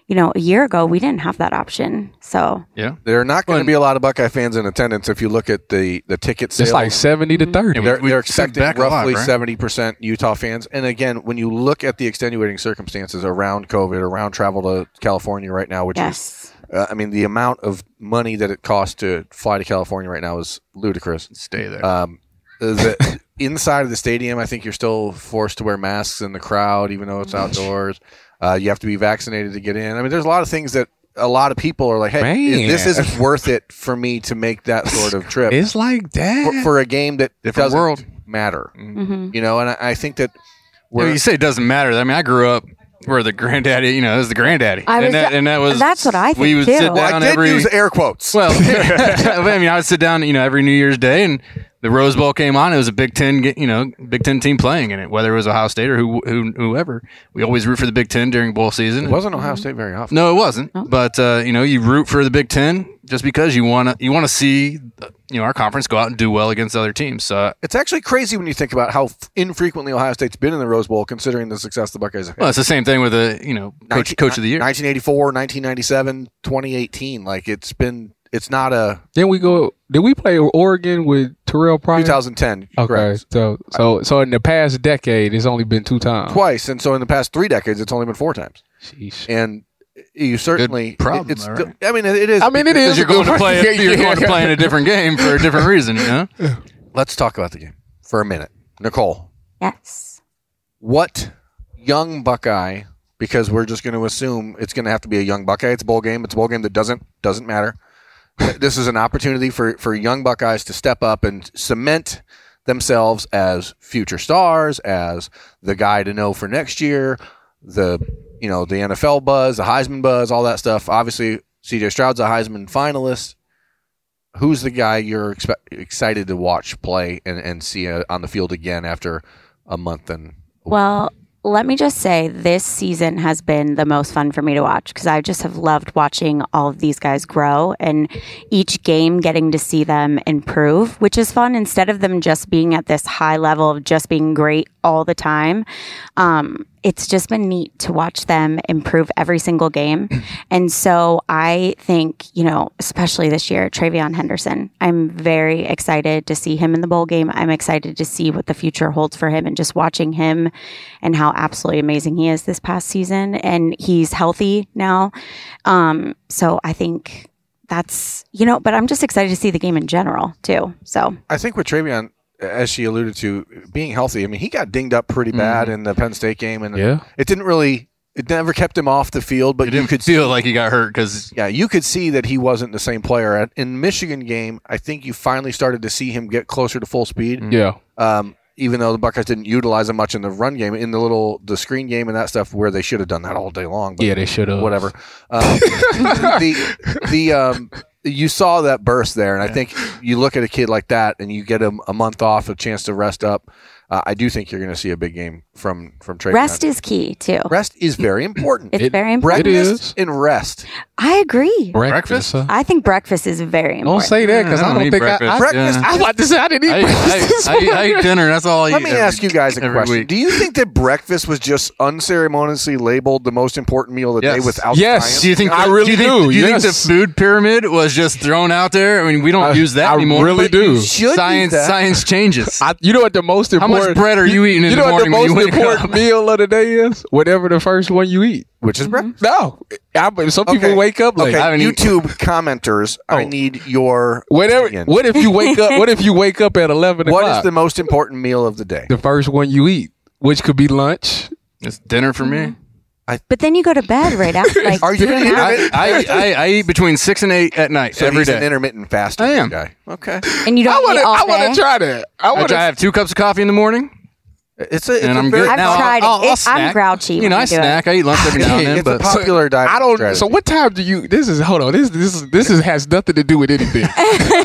Speaker 4: you know, a year ago, we didn't have that option. So,
Speaker 2: Yeah,
Speaker 1: There are not going to
Speaker 2: Well,
Speaker 1: be a lot of Buckeye fans in attendance if you look at the the ticket sales.
Speaker 3: It's like 70 to
Speaker 2: Yeah,
Speaker 3: 30.
Speaker 2: we-
Speaker 1: they're, they're
Speaker 2: sent
Speaker 1: expecting
Speaker 2: back a lot,
Speaker 1: roughly
Speaker 2: right?
Speaker 1: seventy percent Utah fans. And again, when you look at the extenuating circumstances around COVID, around travel to California right now, which is,
Speaker 4: yes.
Speaker 1: uh, I mean, the amount of money that it costs to fly to California right now is ludicrous.
Speaker 2: stay there.
Speaker 1: Um, the, inside of the stadium, I think you're still forced to wear masks in the crowd, even though it's outdoors. Uh, you have to be vaccinated to get in. I mean, there's a lot of things that a lot of people are like, hey, is- this
Speaker 3: Man.
Speaker 1: isn't worth it for me to make that sort of trip
Speaker 3: It's like that.
Speaker 1: for, for a game that
Speaker 2: Different
Speaker 1: doesn't
Speaker 2: world.
Speaker 1: matter.
Speaker 4: hmm
Speaker 1: You know, and I, I think that
Speaker 2: Well,
Speaker 1: we're
Speaker 2: you say it doesn't matter. I mean, I grew up where the granddaddy, you know, it was the granddaddy.
Speaker 4: I was-
Speaker 2: and, that, and that was
Speaker 4: that's what I
Speaker 2: We
Speaker 4: think,
Speaker 2: would
Speaker 4: too.
Speaker 2: sit down
Speaker 4: Well,
Speaker 1: I did
Speaker 2: every
Speaker 1: use air quotes.
Speaker 2: well. I mean, I would sit down, you know, every New Year's Day, and the Rose Bowl came on. It was a Big Ten, ge- you know, Big Ten team playing in it, whether it was Ohio State or who, who whoever. We always root for the Big Ten during bowl season.
Speaker 1: it wasn't Ohio State very often.
Speaker 2: No, it wasn't.
Speaker 3: Oh.
Speaker 2: But uh, you know, you root for the Big Ten just because you want to. You want to see, uh, you know, our conference go out and do well against other teams. So uh,
Speaker 1: It's actually crazy when you think about how f- infrequently Ohio State's been in the Rose Bowl, considering the success the Buckeyes have had.
Speaker 2: well, it's the same thing with the you know coach
Speaker 1: 19
Speaker 2: coach of the year.
Speaker 1: 1984, 1997, 2018. Like it's been, it's not a
Speaker 3: Then we go. Did we play Oregon with Terrell Pryor?
Speaker 1: 2010,
Speaker 3: Okay,
Speaker 1: correct?
Speaker 3: so so so in the past decade, it's only been two times.
Speaker 1: Twice, and so in the past three decades, it's only been four times.
Speaker 3: Sheesh.
Speaker 1: And you certainly,
Speaker 2: problem,
Speaker 1: it's,
Speaker 2: though,
Speaker 1: still-
Speaker 2: right?
Speaker 1: I mean, it, it is.
Speaker 3: I mean, it
Speaker 2: because
Speaker 3: is.
Speaker 2: you're going to play you're going to play in a different game for a different reason. You know,
Speaker 1: Let's talk about the game for a minute, Nicole.
Speaker 4: Yes.
Speaker 1: What young Buckeye? Because we're just going to assume it's going to have to be a young Buckeye. It's a bowl game. It's a bowl game that doesn't doesn't matter. this is an opportunity for for young Buckeyes to step up and cement themselves as future stars, as the guy to know for next year, the you know the NFL buzz, the Heisman buzz, all that stuff. Obviously, C.J. Stroud's a Heisman finalist. Who's the guy you're expe- excited to watch play and and see uh, on the field again after a month and
Speaker 4: Well, let me just say this season has been the most fun for me to watch because I just have loved watching all of these guys grow and each game getting to see them improve, which is fun instead of them just being at this high level of just being great all the time. Um, it's just been neat to watch them improve every single game. And so I think, you know, especially this year, Travion Henderson, I'm very excited to see him in the bowl game. I'm excited to see what the future holds for him and just watching him and how absolutely amazing he is this past season. And he's healthy now. Um, so I think that's, you know, but I'm just excited to see the game in general too. So
Speaker 1: I think with Travion, as she alluded to, being healthy, I mean, he got dinged up pretty bad in the Penn State game, and
Speaker 3: Yeah.
Speaker 1: it didn't really, it never kept him off the field, but
Speaker 2: it
Speaker 1: you
Speaker 2: didn't
Speaker 1: could
Speaker 2: feel like he got hurt because
Speaker 1: yeah, you could see that he wasn't the same player. At- In Michigan game, I think you finally started to see him get closer to full speed.
Speaker 3: Yeah.
Speaker 1: Um, even though the Buckeyes didn't utilize him much in the run game, in the little the screen game and that stuff, where they should have done that all day long. But
Speaker 3: Yeah, they should have.
Speaker 1: whatever. Um, the the um, you saw that burst there, and I think you look at a kid like that, and you get him a month off, a chance to rest up. Uh, I do think you're going to see a big game from from Trey.
Speaker 4: rest is key too.
Speaker 1: rest is very important.
Speaker 4: It's
Speaker 3: It-
Speaker 4: very important.
Speaker 1: Breakfast
Speaker 3: is.
Speaker 1: and rest.
Speaker 4: I agree.
Speaker 3: Breakfast. huh?
Speaker 4: I think breakfast is very important.
Speaker 3: Don't say that because
Speaker 2: Yeah, I
Speaker 3: I
Speaker 2: don't
Speaker 3: don't
Speaker 2: eat
Speaker 3: think I,
Speaker 2: breakfast.
Speaker 3: I,
Speaker 2: Breakfast-
Speaker 3: I was about to say I didn't eat
Speaker 2: I, I,
Speaker 3: breakfast. this
Speaker 2: I, I
Speaker 3: morning.
Speaker 2: eat dinner. That's all. I
Speaker 1: Let
Speaker 2: eat
Speaker 1: me
Speaker 2: every-
Speaker 1: ask you guys a
Speaker 2: every
Speaker 1: question.
Speaker 2: week.
Speaker 1: Do you think that breakfast was just unceremoniously labeled the most important meal of the day
Speaker 2: Yes.
Speaker 1: without
Speaker 3: Yes.
Speaker 1: science?
Speaker 2: Do you think
Speaker 3: I
Speaker 2: do
Speaker 3: really
Speaker 2: you think-
Speaker 3: do,
Speaker 2: Do you think
Speaker 3: yes.
Speaker 2: the food pyramid was just thrown out there? I mean, we don't
Speaker 3: I-
Speaker 2: use that
Speaker 3: I
Speaker 2: anymore.
Speaker 3: really
Speaker 2: but
Speaker 3: do.
Speaker 2: you
Speaker 3: You
Speaker 1: should use
Speaker 2: Science
Speaker 1: that.
Speaker 2: science changes.
Speaker 3: I, you know what the most
Speaker 2: much
Speaker 3: important
Speaker 2: bread are you eating in
Speaker 3: you
Speaker 2: the
Speaker 3: know
Speaker 2: morning when you
Speaker 3: what the most
Speaker 2: wake up?
Speaker 3: important meal of the day is? Whatever the first one you eat.
Speaker 1: Which is breakfast.
Speaker 3: No, I, but some
Speaker 1: Okay.
Speaker 3: people wake up like
Speaker 1: Okay,
Speaker 2: I Oh. haven't eaten-
Speaker 1: YouTube commenters, I need your
Speaker 3: whatever.
Speaker 1: opinion.
Speaker 3: What if you wake up? What if you wake up at eleven
Speaker 1: what
Speaker 3: o'clock?
Speaker 1: is the most important meal of the day?
Speaker 3: the first one you eat, which could be lunch.
Speaker 2: it's dinner
Speaker 3: Mm-hmm.
Speaker 2: for me.
Speaker 4: But then you go to bed right after. Like,
Speaker 1: Are you
Speaker 4: two and a
Speaker 1: gonna
Speaker 4: half-
Speaker 2: I, I, I, I eat between six and eight at night
Speaker 1: So
Speaker 2: every
Speaker 1: he's an
Speaker 2: day.
Speaker 1: intermittent fasting
Speaker 2: I am.
Speaker 1: guy. Okay,
Speaker 4: and you
Speaker 3: I
Speaker 4: don't
Speaker 3: want
Speaker 4: eat
Speaker 3: to.
Speaker 4: all
Speaker 3: I want
Speaker 4: day?
Speaker 3: to try that. I
Speaker 2: I
Speaker 3: want
Speaker 2: try- I
Speaker 3: to.
Speaker 2: have two cups of coffee in the morning.
Speaker 1: it's a. It's
Speaker 2: and
Speaker 1: a
Speaker 2: I'm
Speaker 1: very-
Speaker 2: good.
Speaker 4: I've
Speaker 2: now
Speaker 4: tried it.
Speaker 2: I'll, I'll,
Speaker 4: It-
Speaker 2: I'll
Speaker 4: I'm
Speaker 2: snack.
Speaker 4: grouchy
Speaker 2: You
Speaker 4: when
Speaker 2: know,
Speaker 4: I
Speaker 2: I
Speaker 4: do it.
Speaker 2: snack. I eat lunch every now and then,
Speaker 1: It's a
Speaker 2: but
Speaker 1: popular diet.
Speaker 3: I don't.
Speaker 1: strategy.
Speaker 3: So what time do you? This is hold on. This this is this is has nothing to do with anything.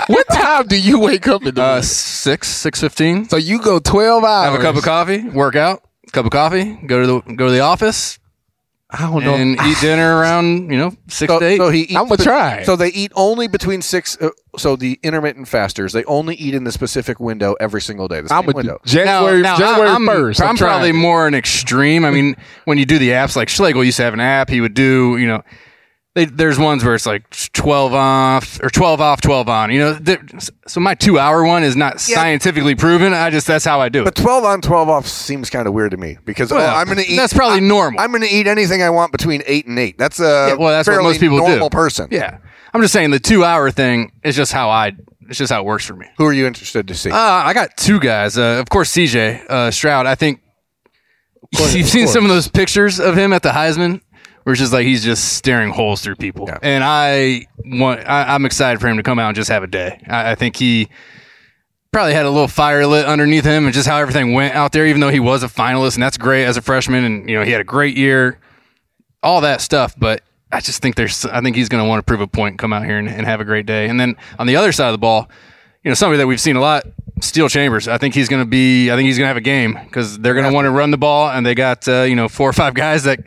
Speaker 3: what time do you wake up in the
Speaker 2: uh,
Speaker 3: morning?
Speaker 2: six six fifteen.
Speaker 3: So you go twelve hours.
Speaker 2: Have a cup of coffee, work out, cup of coffee, go to the go to the office,
Speaker 3: I don't know.
Speaker 2: and eat dinner around you know six
Speaker 1: So,
Speaker 2: to eight.
Speaker 1: so he. Eats
Speaker 3: I'm gonna
Speaker 1: bet-
Speaker 3: try.
Speaker 1: So they eat only between six. Uh, so the intermittent fasters, they only eat in the specific window every single day. The same
Speaker 3: I'm a
Speaker 1: window.
Speaker 3: January January
Speaker 2: I'm,
Speaker 3: first.
Speaker 2: I'm,
Speaker 3: trying
Speaker 2: probably
Speaker 3: it.
Speaker 2: more an extreme. I mean, when you do the apps, like Schlegel used to have an app, he would do, you know, they, there's ones where it's like 12 off or 12 off, 12 on, you know. There, so my two hour one is not scientifically proven. I just, that's how I do it.
Speaker 1: But twelve on, twelve off seems kind of weird to me because oh,
Speaker 2: Well,
Speaker 1: I'm going to eat.
Speaker 2: That's probably normal.
Speaker 1: I'm going to eat anything I want between eight and eight. That's a
Speaker 2: Yeah, well, that's what
Speaker 1: fairly
Speaker 2: most people do.
Speaker 1: normal person.
Speaker 2: yeah. I'm just saying the two hour thing is just how I It's just how it works for me.
Speaker 1: Who are you interested to see?
Speaker 2: Uh, I got two guys. Uh, of course, CJ uh, Stroud. I think
Speaker 1: course,
Speaker 2: you've
Speaker 1: of
Speaker 2: seen some of
Speaker 1: course.
Speaker 2: those pictures of him at the Heisman, where it's just like he's just staring holes through people.
Speaker 1: Yeah.
Speaker 2: And I want, I, I'm excited for him to come out and just have a day. I, I think he probably had a little fire lit underneath him, and just how everything went out there. Even though he was a finalist, and that's great as a freshman, and you know he had a great year, all that stuff. But I just think there's, I think he's going to want to prove a point, come out here and, and have a great day. And then on the other side of the ball you know somebody that we've seen a lot steel chambers i think he's going to be i think he's going to have a game because they're going to want to run the ball and they got uh, you know four or five guys that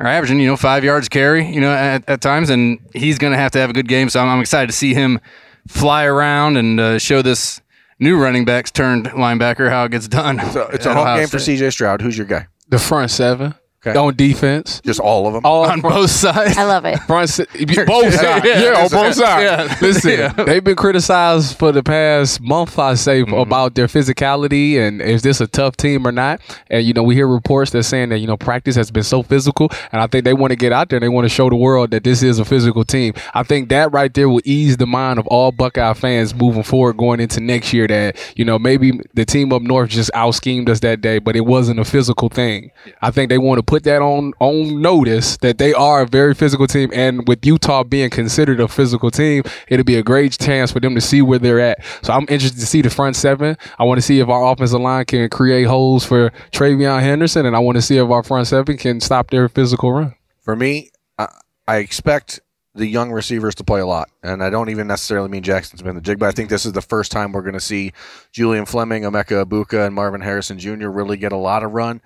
Speaker 2: are averaging you know five yards carry you know at, at times and he's going to have to have a good game so i'm, I'm excited to see him fly around and uh, show this new running backs turned linebacker how it gets done
Speaker 1: So it's a
Speaker 2: at
Speaker 1: home
Speaker 2: Ohio
Speaker 1: game for
Speaker 2: State.
Speaker 1: CJ Stroud. Who's your guy?
Speaker 3: The front seven
Speaker 1: Okay.
Speaker 3: on defense.
Speaker 1: Just all of them.
Speaker 3: All
Speaker 2: on both sides
Speaker 4: I love it.
Speaker 3: front se- both sides.
Speaker 2: Yeah,
Speaker 3: Yeah, on
Speaker 2: that's right.
Speaker 3: both sides.
Speaker 2: Yeah.
Speaker 3: Listen,
Speaker 2: Yeah. Mm-hmm.
Speaker 3: they've been criticized for the past month, I say, about their physicality and is this a tough team or not. And you know, we hear reports that saying that you know practice has been so physical, and I think they want to get out there and they want to show the world that this is a physical team. I think that right there will ease the mind of all Buckeye fans moving forward going into next year. That you know maybe the team up north just out schemed us that day, but it wasn't a physical thing. I think they want to put that on on notice that they are a very physical team, and with Utah being considered a physical team, it'll be a great chance for them to see where they're at. So I'm interested to see the front seven. I want to see if our offensive line can create holes for Travion Henderson, and I want to see if our front seven can stop their physical run.
Speaker 1: For me, I, I expect the young receivers to play a lot, and I don't even necessarily mean Jackson Smith and Jig, but I think this is the first time we're going to see Julian Fleming, Emeka Abuka, and Marvin Harrison Jr. really get a lot of run.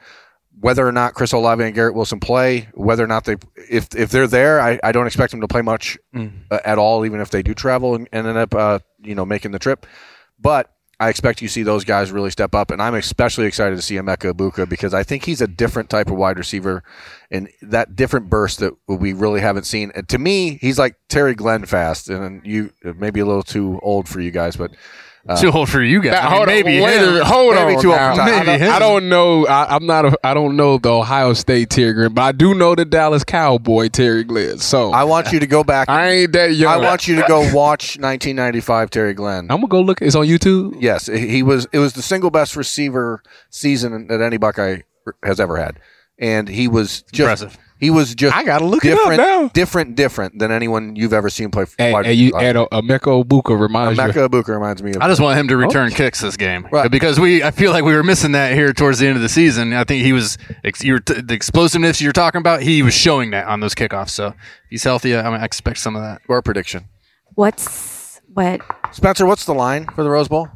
Speaker 1: Whether or not Chris Olave and Garrett Wilson play, whether or not they, if if they're there, I, I don't expect them to play much uh, at all, even if they do travel and, and end up, uh, you know, making the trip. But I expect you see those guys really step up, and I'm especially excited to see Emeka Ibuka because I think he's a different type of wide receiver, and that different burst that we really haven't seen. And to me, he's like Terry Glenn fast, and you maybe a little too old for you guys, but Uh,
Speaker 2: too old for you guys I mean, maybe
Speaker 3: wait
Speaker 2: him.
Speaker 3: a minute, hold
Speaker 1: Maybe
Speaker 3: on.
Speaker 1: two
Speaker 3: now.
Speaker 1: off the top.
Speaker 3: I, don't,
Speaker 2: Maybe
Speaker 3: I don't know. I, I'm not. A, I don't know the Ohio State Terry Glenn, but I do know the Dallas Cowboy Terry Glenn. So
Speaker 1: I
Speaker 3: I,
Speaker 1: want you to go back. I,
Speaker 3: ain't that young.
Speaker 1: want you to go watch 1995 Terry Glenn.
Speaker 3: I'm gonna go look. It's on YouTube.
Speaker 1: Yes, he was. It was the single best receiver season that any Buckeye has ever had, and he was just
Speaker 2: Impressive.
Speaker 1: He was just.
Speaker 3: I gotta look it up
Speaker 1: different,
Speaker 3: now.
Speaker 1: Different, different than anyone you've ever seen play.
Speaker 3: And,
Speaker 1: wide
Speaker 3: and you
Speaker 1: receiver.
Speaker 3: and a, a Mecca Obuka reminds you.
Speaker 1: Emeka Ibuka reminds me of.
Speaker 2: I just want him to return kicks this game
Speaker 1: Right.
Speaker 2: because we. I feel like we were missing that here towards the end of the season. I think he was ex- you were t- the explosiveness you're talking about. He was showing that on those kickoffs. So if he's healthy. I, I expect some of that.
Speaker 1: our prediction.
Speaker 4: What's what?
Speaker 1: Spencer, what's the line for the Rose Bowl?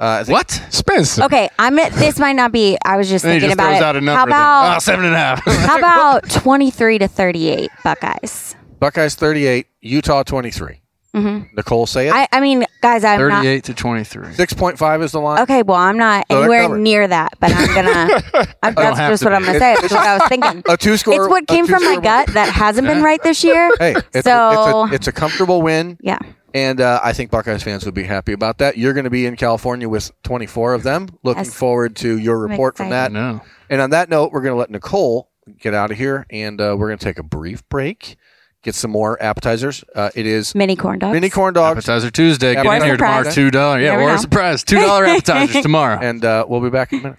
Speaker 1: Uh, I think
Speaker 2: What?
Speaker 3: Spencer.
Speaker 4: Okay, I'm. not- This might not be. I was just
Speaker 2: And he
Speaker 4: thinking
Speaker 2: just
Speaker 4: about
Speaker 2: throws
Speaker 4: it.
Speaker 2: out a number.
Speaker 4: How
Speaker 2: then.
Speaker 4: about
Speaker 2: Ah, seven and a half?
Speaker 4: how about 23 to 38 Buckeyes?
Speaker 1: Buckeyes 38, Utah 23.
Speaker 4: Mhm.
Speaker 1: Nicole, say it.
Speaker 4: I, I mean, guys, I'm not.
Speaker 2: Thirty-eight to twenty-three.
Speaker 1: 6.5 is the line.
Speaker 4: Okay, well, I'm not
Speaker 1: So
Speaker 2: Oh,
Speaker 1: they're
Speaker 4: anywhere
Speaker 1: covered.
Speaker 4: near that, but I'm gonna. I'm, that's
Speaker 2: have
Speaker 4: just
Speaker 2: to
Speaker 4: what
Speaker 2: be.
Speaker 4: I'm gonna say. That's what I was thinking.
Speaker 1: A two score.
Speaker 4: It's what came from my gut that hasn't been right this year.
Speaker 1: Hey, it's,
Speaker 4: So-
Speaker 1: a, it's, a, it's a comfortable win,
Speaker 4: Yeah,
Speaker 1: and uh, I think Buckeyes fans would be happy about that. You're going to be in California with 24 of them. Looking
Speaker 4: Yes.
Speaker 1: forward to your
Speaker 4: I'm
Speaker 1: report from that.
Speaker 4: excited.
Speaker 2: No.
Speaker 1: And on that note, we're going to let Nicole get out of here, and uh, we're going to take a brief break, get some more appetizers. Uh, it is
Speaker 4: mini corn dogs.
Speaker 1: mini corn dogs.
Speaker 2: Appetizer Tuesday. Get
Speaker 1: Or
Speaker 2: in
Speaker 1: a
Speaker 2: here tomorrow.
Speaker 4: surprise.
Speaker 2: Two dollar. Yeah,
Speaker 4: Never
Speaker 2: or a
Speaker 4: know.
Speaker 2: surprise. Two dollar appetizers tomorrow.
Speaker 1: and uh, we'll be back in a minute.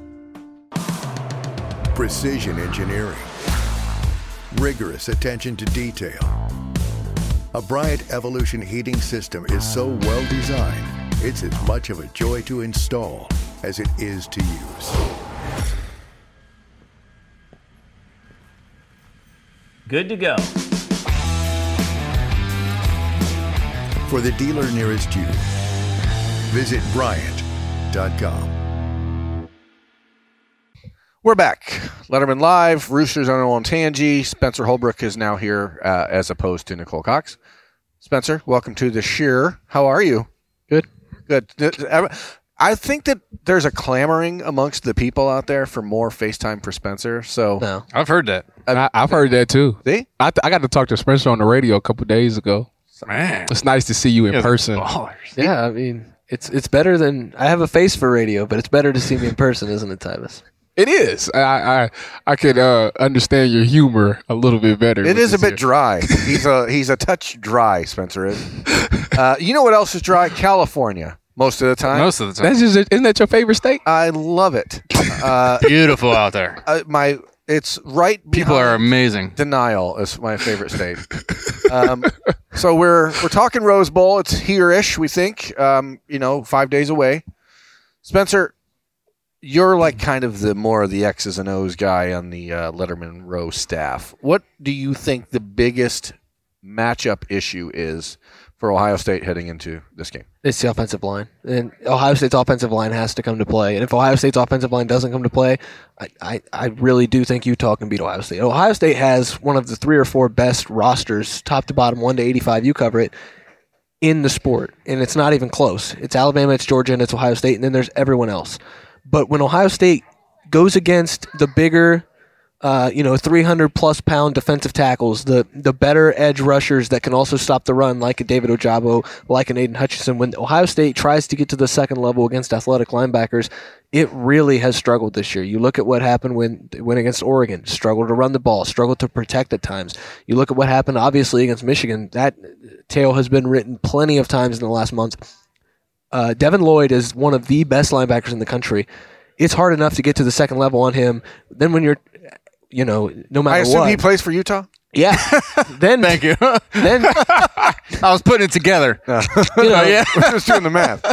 Speaker 6: Precision engineering. Rigorous attention to detail. A Bryant Evolution heating system is so well designed, it's as much of a joy to install as it is to use.
Speaker 7: Good to go.
Speaker 6: For the dealer nearest you, visit Bryant.com.
Speaker 1: We're back. Letterman Live, Roosters on Olentangy. Spencer Holbrook is now here uh, as opposed to Nicole Cox. Spencer, welcome to the Sheer. How are you?
Speaker 3: Good.
Speaker 1: Good. I think that there's a clamoring amongst the people out there for more FaceTime for Spencer. So
Speaker 8: No.
Speaker 2: I've heard that.
Speaker 3: I, I've heard that too.
Speaker 1: see,
Speaker 3: I, th- I got to talk to Spencer on the radio a couple days ago.
Speaker 2: Man.
Speaker 3: It's nice to see you in person.
Speaker 1: Oh.
Speaker 2: Ballers.
Speaker 8: Yeah, I mean, it's it's better than I have a face for radio, but it's better to see me in person, isn't it, Titus?
Speaker 3: It is. I I, I could uh, understand your humor a little bit better.
Speaker 1: it
Speaker 3: which
Speaker 1: is a bit
Speaker 3: here.
Speaker 1: dry. He's a he's a touch dry. Spencer is. Uh, you know what else is dry? California. Most of the time.
Speaker 2: Most of the time.
Speaker 3: That's just isn't that your favorite state?
Speaker 1: I love it. Uh,
Speaker 2: beautiful out there.
Speaker 1: uh, my it's right.
Speaker 2: People
Speaker 1: behind-
Speaker 2: are amazing.
Speaker 1: denial is my favorite state. um, so we're we're talking Rose Bowl. It's here-ish, we think. Um, you know, five days away. Spencer, you're like kind of the more of the X's and O's guy on the uh, Letterman Row staff. What do you think the biggest matchup issue is for Ohio State heading into this game?
Speaker 8: It's the offensive line, and Ohio State's offensive line has to come to play. And if Ohio State's offensive line doesn't come to play, I, I, I really do think Utah can beat Ohio State. Ohio State has one of the three or four best rosters, top to bottom, one to eighty-five. You cover it in the sport, and it's not even close. It's Alabama, it's Georgia, and it's Ohio State, and then there's everyone else. But when Ohio State goes against the bigger, uh, you know, 300 plus pound defensive tackles, the the better edge rushers that can also stop the run, like a David Ojabo, like an Aiden Hutchinson. When Ohio State tries to get to the second level against athletic linebackers, it really has struggled this year. You look at what happened when when against Oregon, struggled to run the ball, struggled to protect at times. You look at what happened, obviously against Michigan. That tale has been written plenty of times in the last month. Uh, Devin Lloyd is one of the best linebackers in the country. It's hard enough to get to the second level on him. Then when you're, you know, no
Speaker 1: I
Speaker 8: matter
Speaker 1: assume
Speaker 8: what,
Speaker 1: he plays for Utah.
Speaker 8: yeah. then
Speaker 2: Thank you.
Speaker 8: then
Speaker 2: I was putting it together.
Speaker 8: you know,
Speaker 1: I'm just doing the math.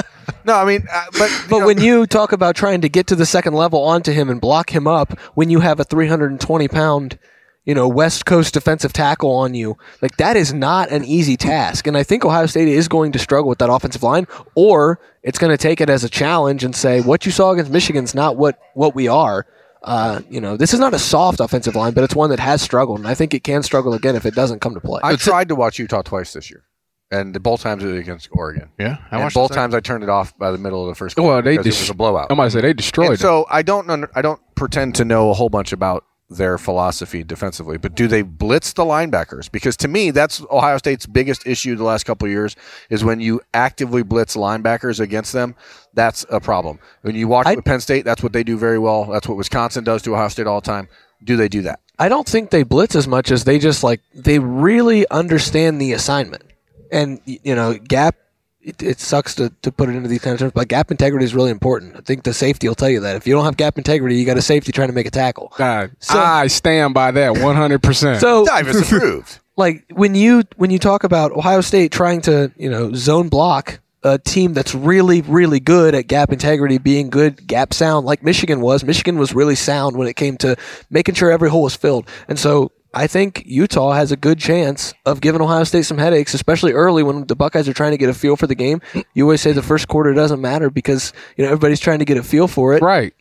Speaker 1: No, I mean, uh, but you
Speaker 8: But
Speaker 1: know-
Speaker 8: when you talk about trying to get to the second level onto him and block him up, when you have a 320 pound, you know, West Coast defensive tackle on you, like that is not an easy task. And I think Ohio State is going to struggle with that offensive line, or it's going to take it as a challenge and say, what you saw against Michigan's not what what we are. Uh, you know, this is not a soft offensive line, but it's one that has struggled, and I think it can struggle again if it doesn't come to play.
Speaker 1: I tried to watch Utah twice this year, and both times it was against Oregon.
Speaker 2: Yeah, I
Speaker 1: and
Speaker 2: watched the
Speaker 1: both
Speaker 2: second.
Speaker 1: times I turned it off by the middle of the first.
Speaker 3: Well,
Speaker 1: quarter
Speaker 3: they
Speaker 1: because it
Speaker 3: just-
Speaker 1: was a blowout.
Speaker 3: I might say they
Speaker 1: And
Speaker 3: destroyed.
Speaker 1: so I don't under, I don't pretend to know a whole bunch about their philosophy defensively, but do they blitz the linebackers? Because to me, that's Ohio State's biggest issue the last couple of years is when you actively blitz linebackers against them, that's a problem. When you watch
Speaker 8: I-
Speaker 1: with Penn State, that's what they do very well. That's what Wisconsin does to Ohio State all the time. Do they do that?
Speaker 8: I don't think they blitz as much as they just like they really understand the assignment. And y- you know, gap. It, it sucks to, to put it into these kind of terms, but gap integrity is really important. I think the safety will tell you that. If you don't have gap integrity, you got a safety trying to make a tackle.
Speaker 3: God,
Speaker 8: So-
Speaker 3: I stand by that 100. percent
Speaker 8: So
Speaker 1: Dive is approved.
Speaker 8: like when you when you talk about Ohio State trying to you know uh, zone block a team that's really really good at gap integrity, being good gap sound, like Michigan was. Michigan was really sound when it came to making sure every hole was filled, and so. I think Utah has a good chance of giving Ohio State some headaches, especially early when the Buckeyes are trying to get a feel for the game. You always say the first quarter doesn't matter because you know everybody's trying to get a feel for it.
Speaker 3: right.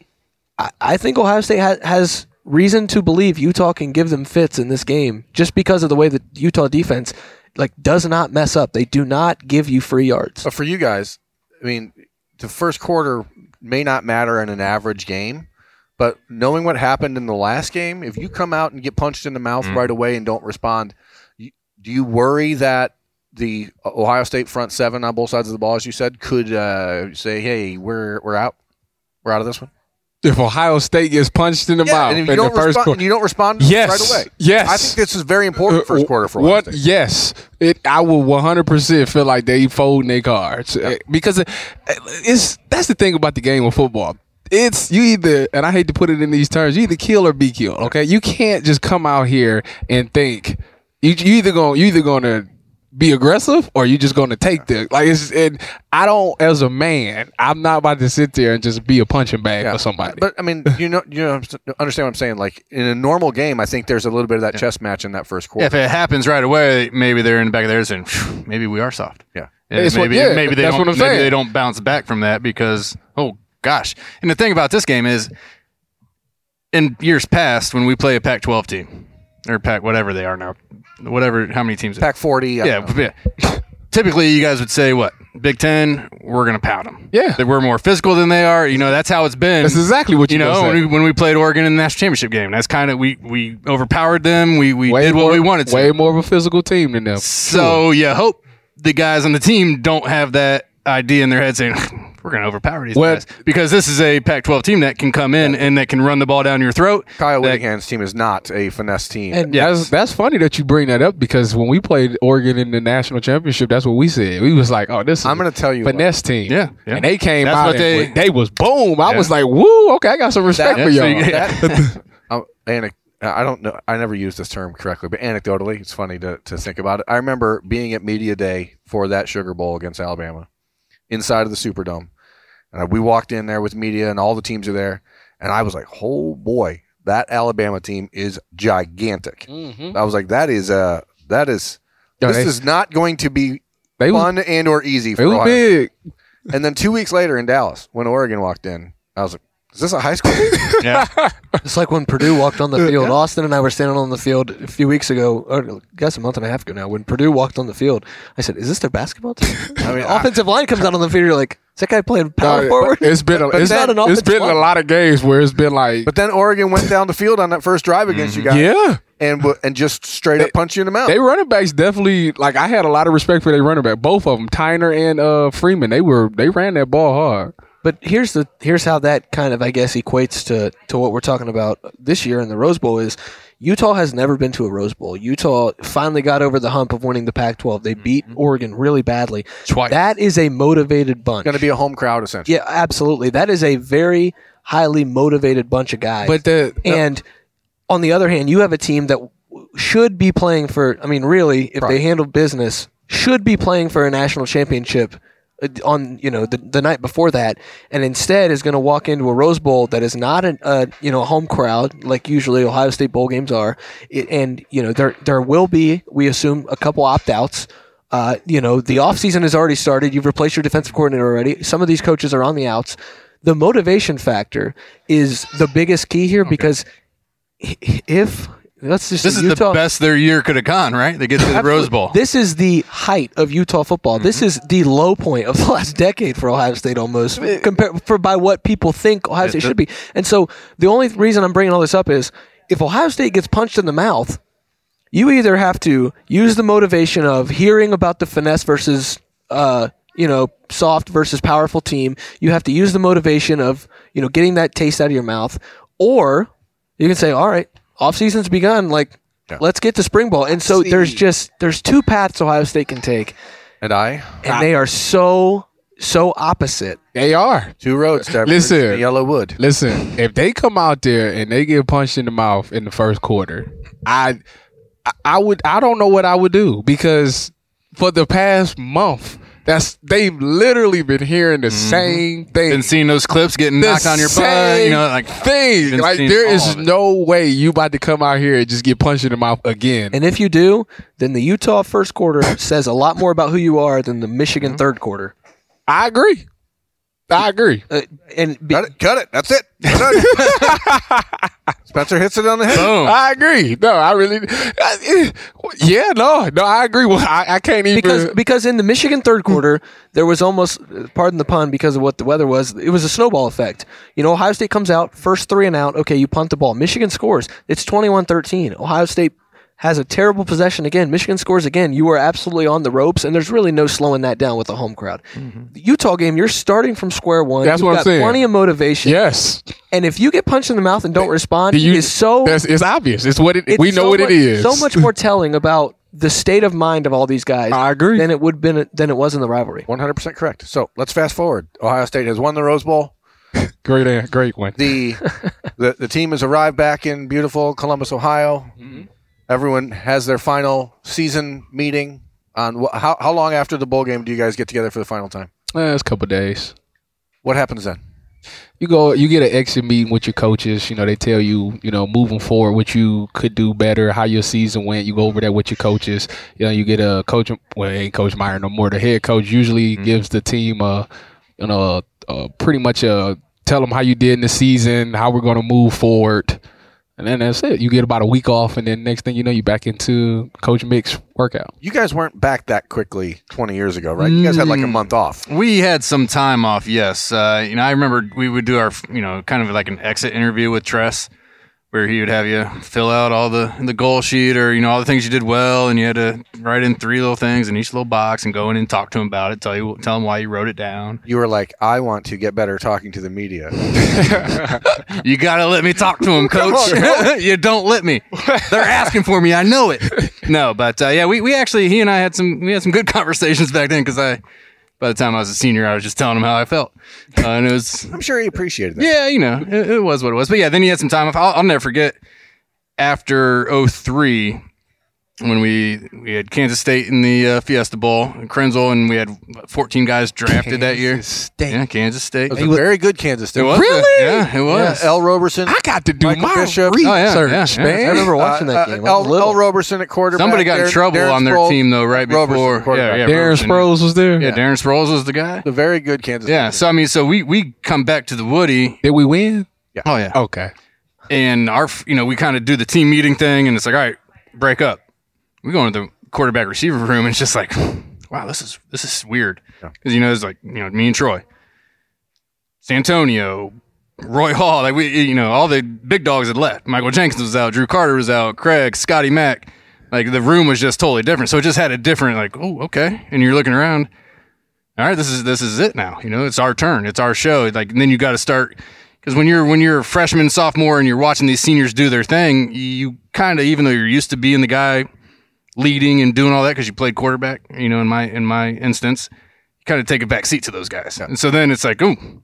Speaker 8: I- I think Ohio State ha- has reason to believe Utah can give them fits in this game just because of the way that Utah defense like does not mess up. They do not give you free yards.
Speaker 1: But for you guys, I mean, the first quarter may not matter in an average game, but knowing what happened in the last game, if you come out and get punched in the mouth
Speaker 3: Mm.
Speaker 1: right away and don't respond, you, do you worry that the Ohio State front seven on both sides of the ball, as you said, could uh, say, "Hey, we're we're out, we're out of this one."
Speaker 3: If Ohio State gets punched in the mouth
Speaker 1: and if you
Speaker 3: in the
Speaker 1: don't
Speaker 3: first
Speaker 1: respond,
Speaker 3: quarter,
Speaker 1: you don't respond
Speaker 3: Yes.
Speaker 1: right away.
Speaker 3: Yes. Uh,
Speaker 1: I think this is very important first quarter for Ohio
Speaker 3: what?
Speaker 1: State.
Speaker 3: Yes, it. I will 100 percent feel like they folding their cards Uh, because it- it's that's the thing about the game of football. It's you either, and I hate to put it in these terms, you either kill or be killed. Okay, you can't just come out here and think you, you either going you either going to be aggressive or you just going to take the like. It's and I don't as a man, I'm not about to sit there and just be a punching bag for somebody.
Speaker 1: But I mean, you know, you know, understand what I'm saying. Like in a normal game, I think there's a little bit of that chess match in that first quarter.
Speaker 2: If it happens right away, maybe they're in the back of theirs and phew, maybe we are soft.
Speaker 1: Yeah.
Speaker 2: And
Speaker 3: It's what-
Speaker 2: maybe
Speaker 3: yeah,
Speaker 2: maybe they
Speaker 3: that's
Speaker 2: don't
Speaker 3: what I'm
Speaker 2: maybe
Speaker 3: saying.
Speaker 2: they don't bounce back from that because oh gosh. And the thing about this game is in years past when we play a Pac-12 team or Pac whatever they are now, whatever how many teams
Speaker 1: Pack 40. I don't
Speaker 2: yeah,
Speaker 1: know.
Speaker 2: yeah. typically you guys would say what Big Ten, we're gonna pound them.
Speaker 3: Yeah.
Speaker 2: that we're more physical than they are. You know, that's how it's been.
Speaker 3: That's exactly what
Speaker 2: you
Speaker 3: you
Speaker 2: know
Speaker 3: guys
Speaker 2: when
Speaker 3: said.
Speaker 2: we, when we played Oregon in the national championship game. That's kind of we we overpowered them. We we did what
Speaker 3: more,
Speaker 2: we wanted to.
Speaker 3: Way more of a physical team than them.
Speaker 2: So you hope the guys on the team don't have that idea in their head saying, "We're going to overpower these
Speaker 3: Well-
Speaker 2: guys," because this is a Pac-12 team that can come in and that can run the ball down your throat.
Speaker 1: Kyle
Speaker 2: That-
Speaker 1: Whittingham's team is not a finesse team.
Speaker 8: And
Speaker 3: That's that's funny that you bring that up because when we played Oregon in the national championship, that's what we said. We was like, "Oh, this is
Speaker 1: I'm gonna tell you what.
Speaker 3: finesse team."
Speaker 2: Yeah, yeah.
Speaker 3: and they came
Speaker 2: That's
Speaker 3: out
Speaker 2: what
Speaker 3: and
Speaker 2: they-
Speaker 3: they, they was boom. I
Speaker 2: Yeah.
Speaker 3: was like, "Woo, okay, I got some respect
Speaker 1: That-
Speaker 3: for
Speaker 2: so
Speaker 3: y'all."
Speaker 2: you-
Speaker 1: That- uh, anec- I don't know. I never used this term correctly, but anecdotally, it's funny to, to think about it. I remember being at media day for that Sugar Bowl against Alabama, inside of the Superdome, and I- we walked in there with media, and all the teams are there, and I was like, "Oh boy, that Alabama team is gigantic." I was like, "That is uh, that is
Speaker 3: Yo,
Speaker 1: this
Speaker 3: Mm-hmm. they-
Speaker 1: is not going to be
Speaker 3: They was,
Speaker 1: fun and or easy for
Speaker 3: they was
Speaker 1: Ohio State."
Speaker 3: big.
Speaker 1: And then two weeks later in Dallas, when Oregon walked in, I was like, "Is this a high school?" team?"
Speaker 2: yeah,
Speaker 8: It's like when Purdue walked on the field. Austin and I were standing on the field a few weeks ago, or I guess a month and a half ago now, when Purdue walked on the field. I said, Is this their basketball team? I mean, offensive line comes out on the field. You're like, Is that guy playing power
Speaker 3: Uh,
Speaker 8: forward?
Speaker 3: It's been a,
Speaker 8: But
Speaker 3: it's,
Speaker 8: that-
Speaker 3: it's been a lot of games where it's been like,
Speaker 1: But then Oregon went down the field on that first drive against you guys,
Speaker 3: yeah,
Speaker 1: and w- and just straight up punch you in the mouth.
Speaker 3: Mm-hmm. they running backs definitely like I had a lot of respect for their running back. Both of them, Tyner and uh, Freeman, they were they ran that ball hard.
Speaker 8: But here's the here's how that kind of I guess equates to to what we're talking about this year in the Rose Bowl is Utah has never been to a Rose Bowl. Utah finally got over the hump of winning the Pac-12. They beat Oregon really badly.
Speaker 2: Twice.
Speaker 8: That is a motivated bunch.
Speaker 1: going to be a home crowd essentially.
Speaker 8: yeah, absolutely. That is a very highly motivated bunch of guys.
Speaker 3: But the
Speaker 8: and on the other hand, you have a team that w- should be playing for. I mean, really, if they handle business, should be playing for a national championship uh, on you know the, the night before that, and instead is going to walk into a Rose Bowl that is not a uh, you know a home crowd like usually Ohio State bowl games are, it, and you know there there will be we assume a couple opt outs. Uh, you know the offseason has already started. You've replaced your defensive coordinator already. Some of these coaches are on the outs. The motivation factor is the biggest key here because if let's just
Speaker 2: this is
Speaker 8: say Utah,
Speaker 2: the best their year could have gone. Right, they get to the Rose Bowl.
Speaker 8: This is the height of Utah football.
Speaker 2: Mm-hmm.
Speaker 8: This is the low point of the last decade for Ohio State, almost compared for by what people think Ohio State should be. And so the only reason I'm bringing all this up is if Ohio State gets punched in the mouth, you either have to use the motivation of hearing about the finesse versus uh, you know soft versus powerful team you have to use the motivation of you know getting that taste out of your mouth or you can say all right off season's begun like let's get to spring ball and so there's just there's two paths ohio state can take
Speaker 1: And I
Speaker 8: and they are so so opposite
Speaker 3: they are.
Speaker 1: two roads. diverge
Speaker 3: Listen.
Speaker 1: in the yellow wood.
Speaker 3: Listen, if they come out there and they get punched in the mouth in the first quarter, I, I- I would, I don't know what I would do because for the past month, that's they've literally been hearing the same thing.
Speaker 2: Mm-hmm. Been seeing those clips getting
Speaker 3: the
Speaker 2: knocked on your butt.
Speaker 3: same
Speaker 2: You know, like
Speaker 3: thing.
Speaker 2: been
Speaker 3: Like
Speaker 2: seeing
Speaker 3: there
Speaker 2: all
Speaker 3: is
Speaker 2: of it.
Speaker 3: no way you about to come out here and just get punched in the mouth again.
Speaker 8: and if you do then the utah first quarter says a lot more about who you are than the michigan third quarter
Speaker 3: I agree. I agree.
Speaker 8: uh, and be-
Speaker 1: Cut it. Cut it. That's it. We're done. Spencer hits it on the head.
Speaker 8: uh.
Speaker 2: boom.
Speaker 3: I agree. No, I really. I- eh, yeah, no, no, I agree. Well, I, I can't even.
Speaker 8: because because in the Michigan third quarter there was almost pardon the pun because of what the weather was it was a snowball effect you know Ohio State comes out first three and out okay you punt the ball Michigan scores it's 21-13 Ohio State has a terrible possession again Michigan scores again you are absolutely on the ropes and there's really no slowing that down with the home crowd the Utah game you're starting from square one
Speaker 3: Mm-hmm. That's
Speaker 8: You've
Speaker 3: what I'm
Speaker 8: got
Speaker 3: saying.
Speaker 8: plenty of motivation
Speaker 3: yes,
Speaker 8: and if you get punched in the mouth and don't respond
Speaker 3: Do you-
Speaker 8: it is so
Speaker 3: that's, it's obvious. It's what it.
Speaker 8: it's
Speaker 3: we know
Speaker 8: so
Speaker 3: what
Speaker 8: much-
Speaker 3: it is.
Speaker 8: So much more telling about the state of mind of all these guys.
Speaker 3: I agree.
Speaker 8: Than it would been than it was in the rivalry.
Speaker 1: One hundred percent correct. So let's fast forward. Ohio State has won the Rose Bowl.
Speaker 3: Great, uh, great one.
Speaker 1: The the, the team has arrived back in beautiful Columbus, Ohio. Everyone has their final season meeting. On wh- how how long after the bowl game do you guys get together for the final time?
Speaker 3: Eh, it's a couple days.
Speaker 1: What happens then?
Speaker 3: You go, you get an exit meeting with your coaches. You know, they tell you, you know, moving forward, what you could do better, how your season went. You go over that with your coaches. You know, you get a coach. Well, ain't Coach Meyer no more. The head coach usually gives the team a, you know, a, a pretty much a tell them how you did in the season, how we're going to move forward. And then that's it. You get about a week off, and then next thing you know, you're back into Coach Mick's workout.
Speaker 1: You guys weren't back that quickly 20 years ago, right? You guys had like
Speaker 2: Mm.
Speaker 1: a month off.
Speaker 2: We had some time off, yes. Uh, you know, I remember we would do our, you know, kind of like an exit interview with Tress, where he would have you fill out all the the goal sheet or you know all the things you did well, and you had to write in three little things in each little box and go in and talk to him about it, tell you tell him why you wrote it down.
Speaker 1: You were like, I want to get better talking to the media.
Speaker 2: You gotta let me talk to him, coach. you don't let me. They're asking for me. I know it. No, but uh, yeah, we, we actually he and I had some we had some good conversations back then because I by the time I was a senior, I was just telling him how I felt, uh, and it was
Speaker 1: I'm sure he appreciated that.
Speaker 2: yeah, you know, it, it was what it was. But yeah, then he had some time off. I'll, I'll never forget after 03 when we we had Kansas State in the uh, Fiesta Bowl, and Krenzel, and we had 14 guys drafted that year.
Speaker 3: State.
Speaker 2: Yeah, Kansas State.
Speaker 1: It was a very good Kansas State.
Speaker 2: It was, uh,
Speaker 3: Really?
Speaker 2: Yeah, it was.
Speaker 1: L. Roberson. Uh,
Speaker 3: I got to do
Speaker 1: Michael
Speaker 3: my
Speaker 1: Bishop.
Speaker 3: research.
Speaker 2: Oh, yeah, yeah, yeah.
Speaker 8: I remember watching that game. I was
Speaker 1: L.
Speaker 8: little.
Speaker 1: L. Roberson at quarterback.
Speaker 2: Somebody got in
Speaker 1: Darren-
Speaker 2: trouble
Speaker 1: Darren
Speaker 2: on their
Speaker 1: Sproles-
Speaker 2: team though, right
Speaker 1: Roberson,
Speaker 2: before.
Speaker 1: quarterback.
Speaker 2: yeah,
Speaker 3: Darren
Speaker 2: Roberson.
Speaker 3: Sproles was there.
Speaker 2: Yeah, Darren Sproles was the guy.
Speaker 1: The very good Kansas.
Speaker 2: Yeah.
Speaker 1: State.
Speaker 2: So I mean, so we we come back to the Woody.
Speaker 3: Did we win?
Speaker 2: Oh yeah.
Speaker 3: Okay.
Speaker 2: And our f- you know we kind of do the team meeting thing, and it's like all right, break up. We go into the quarterback receiver room, and it's just like, wow, this is this is weird because you know it's like you know me and Troy, Santonio. Roy Hall, like we, you know, all the big dogs had left. Michael Jenkins was out, Drew Carter was out, Craig, Scotty Mack. Like the room was just totally different. So it just had a different, like, oh, okay. And you're looking around, all right, this is this is it now. You know, it's our turn. It's our show. Like and then you got to start because when you're when you're a freshman, sophomore, and you're watching these seniors do their thing, you kind of even though you're used to being the guy leading and doing all that because you played quarterback. You know, in my in my instance, you kind of take a back seat to those guys. And so then it's like, ooh.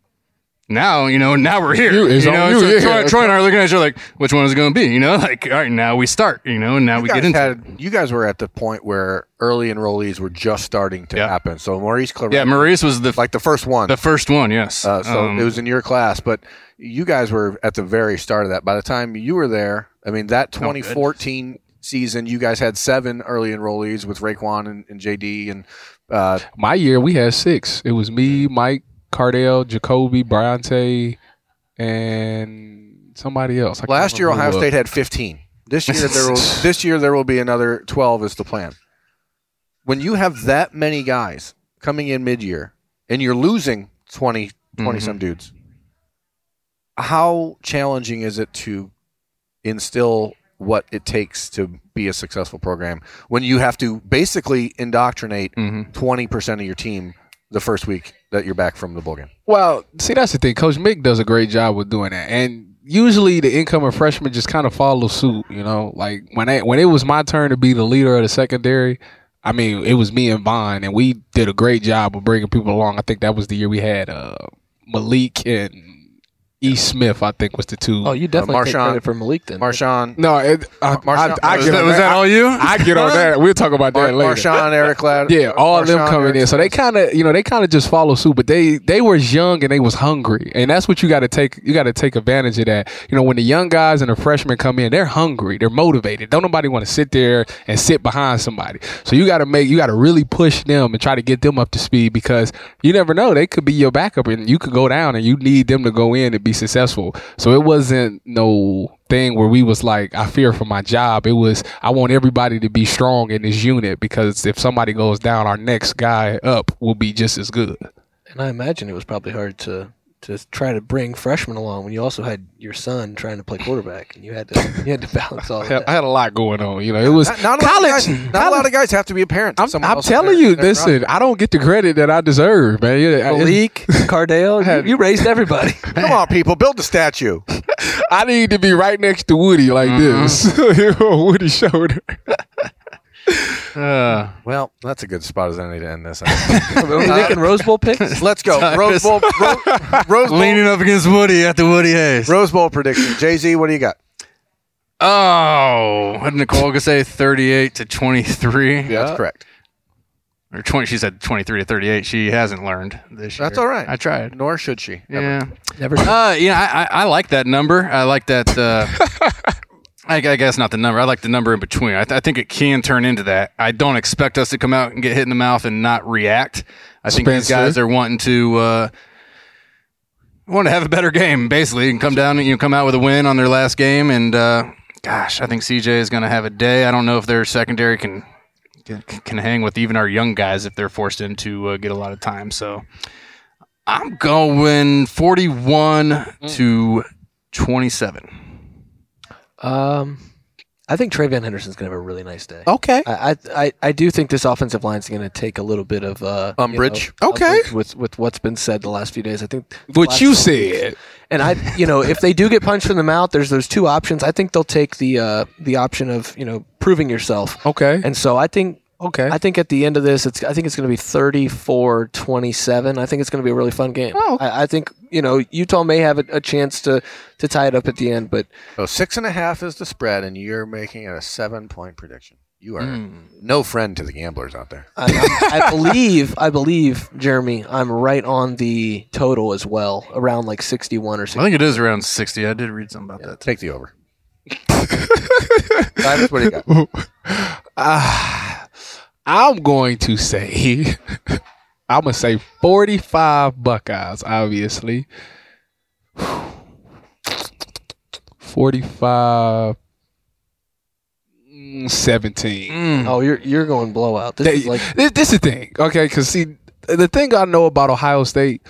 Speaker 2: Now you know. Now we're here.
Speaker 3: you. It's
Speaker 2: you know,
Speaker 3: on you.
Speaker 2: so
Speaker 3: Yeah,
Speaker 2: Troy,
Speaker 3: okay.
Speaker 2: Troy and I are looking at each other like, which one is it going to be? You know, like, all right, now we start. You know, and now we
Speaker 1: you
Speaker 2: get
Speaker 1: guys
Speaker 2: into. it.
Speaker 1: had you guys were at the point where early enrollees were just starting to
Speaker 2: Yeah.
Speaker 1: happen. So Maurice Claret,
Speaker 2: yeah, Maurice was the
Speaker 1: like the first one.
Speaker 2: the first one. Yes.
Speaker 1: Uh, so
Speaker 2: Um,
Speaker 1: it was in your class, but you guys were at the very start of that. By the time you were there, I mean that
Speaker 2: Oh,
Speaker 1: 2014 season, you guys had seven early enrollees with Raekwon and, and JD, and uh,
Speaker 3: My year, we had six. It was me, Mike, Cardell, Jacoby, Bronte, and somebody else. I can't
Speaker 1: last year
Speaker 3: remember
Speaker 1: Ohio
Speaker 3: who it was.
Speaker 1: State had 15. This year there will this year there will be another 12 is the plan. When you have that many guys coming in mid year and you're losing 20 20 some
Speaker 3: Mm-hmm.
Speaker 1: dudes, how challenging is it to instill what it takes to be a successful program when you have to basically indoctrinate
Speaker 2: mm-hmm.
Speaker 1: 20% of your team the first week that you're back from the bowl game?
Speaker 3: Well, see, that's the thing. Coach Mick does a great job with doing that, and usually the incoming freshmen just kind of follow suit. You know, like when I, when it was my turn to be the leader of the secondary, I mean, it was me and Vaughn, and we did a great job of bringing people along. I think that was the year we had uh, Malik and E. Smith. I think was the two.
Speaker 8: Oh, you definitely take
Speaker 1: Marshawn-
Speaker 8: credit for Malik then.
Speaker 1: Marshawn,
Speaker 3: no, it, I,
Speaker 1: Marshawn-
Speaker 3: I, I
Speaker 2: was
Speaker 3: get
Speaker 2: that,
Speaker 3: on
Speaker 2: was that all you?
Speaker 3: I get on that. We'll talk about
Speaker 1: Mar-
Speaker 3: that later.
Speaker 1: Marshawn, Eric Ladd.
Speaker 3: Yeah, all of them
Speaker 1: Marshawn,
Speaker 3: coming
Speaker 1: Eric
Speaker 3: in. So they kind of, you know, they kind of just follow suit. But they they were young and they was hungry, and that's what you got to take. You got to take advantage of that. You know, when the young guys and the freshmen come in, they're hungry, they're motivated. Don't nobody want to sit there and sit behind somebody. So you got to make, you got to really push them and try to get them up to speed because you never know they could be your backup and you could go down and you need them to go in and be successful. So it wasn't no thing where we was like, I fear for my job. It was I want everybody to be strong in this unit because if somebody goes down, our next guy up will be just as good.
Speaker 8: And I imagine it was probably hard to to try to bring freshmen along when you also had your son trying to play quarterback and you had to you had to balance all of
Speaker 3: I
Speaker 8: that.
Speaker 3: had a lot going on. You know, it was
Speaker 1: Not, not a lot of
Speaker 3: college.
Speaker 1: guys, not a lot of guys have to be a parent. to
Speaker 3: I'm,
Speaker 1: someone
Speaker 3: I'm
Speaker 1: else's
Speaker 3: telling
Speaker 1: parent.
Speaker 3: you,
Speaker 1: They're
Speaker 3: listen, I don't get the credit that I deserve, man. Yeah, I-
Speaker 8: Malik, Cardale, you, you raised everybody.
Speaker 1: not. Come on, people, build the statue.
Speaker 3: I need to be right next to Woody like
Speaker 1: Mm-hmm.
Speaker 3: this. Woody shoulder.
Speaker 2: Uh,
Speaker 1: Well, that's a good spot as any to end this.
Speaker 8: Are we making Rose Bowl picks?
Speaker 1: Let's go. Rose Bowl, Ro- Rose, Bowl
Speaker 2: leaning up against Woody at the Woody Hayes.
Speaker 1: Rose Bowl prediction. Jay Z, what do you got?
Speaker 2: Oh, what did Nicole go say? 38 to 23?
Speaker 1: That's correct.
Speaker 2: Or 20, she said 23 to 38. She hasn't learned this year.
Speaker 1: That's all right.
Speaker 2: I tried.
Speaker 1: Nor should she. ever.
Speaker 2: Yeah.
Speaker 8: Never.
Speaker 2: Uh, yeah, I, I, I like that number. I like that. Uh, I, I guess not the number. I like the number in between. I, th- I think it can turn into that. I don't expect us to come out and get hit in the mouth and not react. I think these
Speaker 3: Spencer?
Speaker 2: guys are wanting to. Uh, wanted to have a better game, basically, and come down and you know, come out with a win on their last game. And uh, gosh, I think CJ is going to have a day. I don't know if their secondary can can, can hang with even our young guys if they're forced into uh, get a lot of time. So I'm going 41 to 27.
Speaker 8: Um, I think Trey Van Henderson's gonna have a really nice day.
Speaker 9: Okay.
Speaker 8: I I, I, I do think this offensive line's gonna take a little bit of uh, you
Speaker 1: Umbrage.
Speaker 8: know,
Speaker 9: Okay.
Speaker 8: umbrage with with what's been said the last few days. I think
Speaker 3: What
Speaker 8: last
Speaker 3: you
Speaker 8: couple weeks.
Speaker 3: said.
Speaker 8: And I, you know, if they do get punched in the mouth, there's those two options. I think they'll take the uh, the option of you know proving yourself.
Speaker 3: Okay.
Speaker 8: And so I think
Speaker 3: Okay.
Speaker 8: I think at the end of this, it's I think it's going to be 34-27. I think it's going to be a really fun game.
Speaker 3: Oh.
Speaker 8: I, I think you know Utah may have a, a chance to to tie it up at the end, but
Speaker 1: So six and a half is the spread, and you're making it a seven point prediction. You are
Speaker 3: Hmm.
Speaker 1: no friend to the gamblers out there.
Speaker 8: I, I, I believe I believe Jeremy, I'm right on the total as well, around like 61 or
Speaker 2: I
Speaker 8: 60.
Speaker 2: think it is around 60. I did read something about that.
Speaker 1: Take the over. Travis, what do you got?
Speaker 3: Ah, I'm going to say, I'm going to say 45 Buckeyes, obviously. 45 mm, 17.
Speaker 8: Oh, you're you're going blowout. This
Speaker 3: They-
Speaker 8: is like
Speaker 3: this, this is the thing, okay? Because see, the thing I know about Ohio State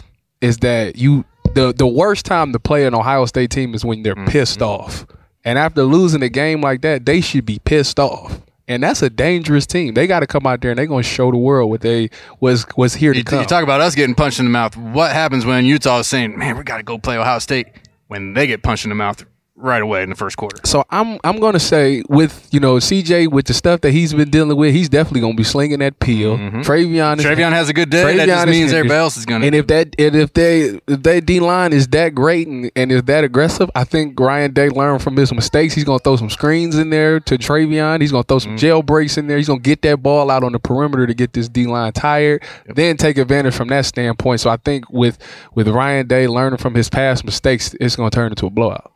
Speaker 3: is that you the the worst time to play an Ohio State team is when they're pissed off, and after losing a game like that, they should be pissed off, and that's a dangerous team. They got to come out there and they're going to show the world what they was was here to
Speaker 2: You,
Speaker 3: come.
Speaker 2: you talk about us getting punched in the mouth. What happens when Utah is saying, man, we got to go play Ohio State when they get punched in the mouth right away in the first quarter?
Speaker 3: so I'm I'm gonna say with you know CJ with the stuff that he's been dealing with, he's definitely gonna be slinging that peel. Travion, is-
Speaker 2: Travion has a good day. that
Speaker 3: Travion
Speaker 2: just
Speaker 3: is
Speaker 2: means everybody
Speaker 3: injured.
Speaker 2: else is going
Speaker 3: And
Speaker 2: to.
Speaker 3: if that and if they if their D line is that great and, and is that aggressive, I think Ryan Day learned from his mistakes. He's gonna throw some screens in there to Travion. He's gonna throw some jail breaks in there. He's gonna get that ball out on the perimeter to get this D line tired. Then take advantage from that standpoint. So I think with with Ryan Day learning from his past mistakes, it's gonna turn into a blowout.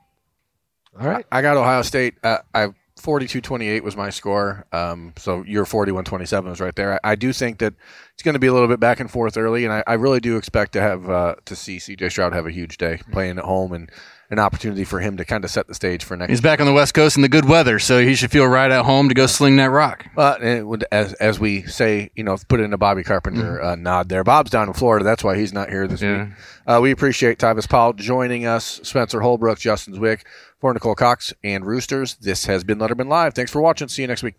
Speaker 1: All right. I got Ohio State. Uh, I 42-28 was my score. Um, so your 41-27 is right there. I, I do think that it's going to be a little bit back and forth early, and I, I really do expect to have uh, to see CJ Stroud have a huge day playing at home and an opportunity for him to kind of set the stage for next.
Speaker 2: He's back on the West Coast in the good weather, so he should feel right at home to go sling that rock.
Speaker 1: But it would, as as we say, you know, put in a Bobby Carpenter uh, nod there. Bob's down in Florida, that's why he's not here this
Speaker 2: Yeah.
Speaker 1: week. Uh, we appreciate Tyvis Powell joining us, Spencer Holbrook, Justin Zwick, for Nicole Cox, and Roosters. This has been Letterman Live. Thanks for watching. See you next week.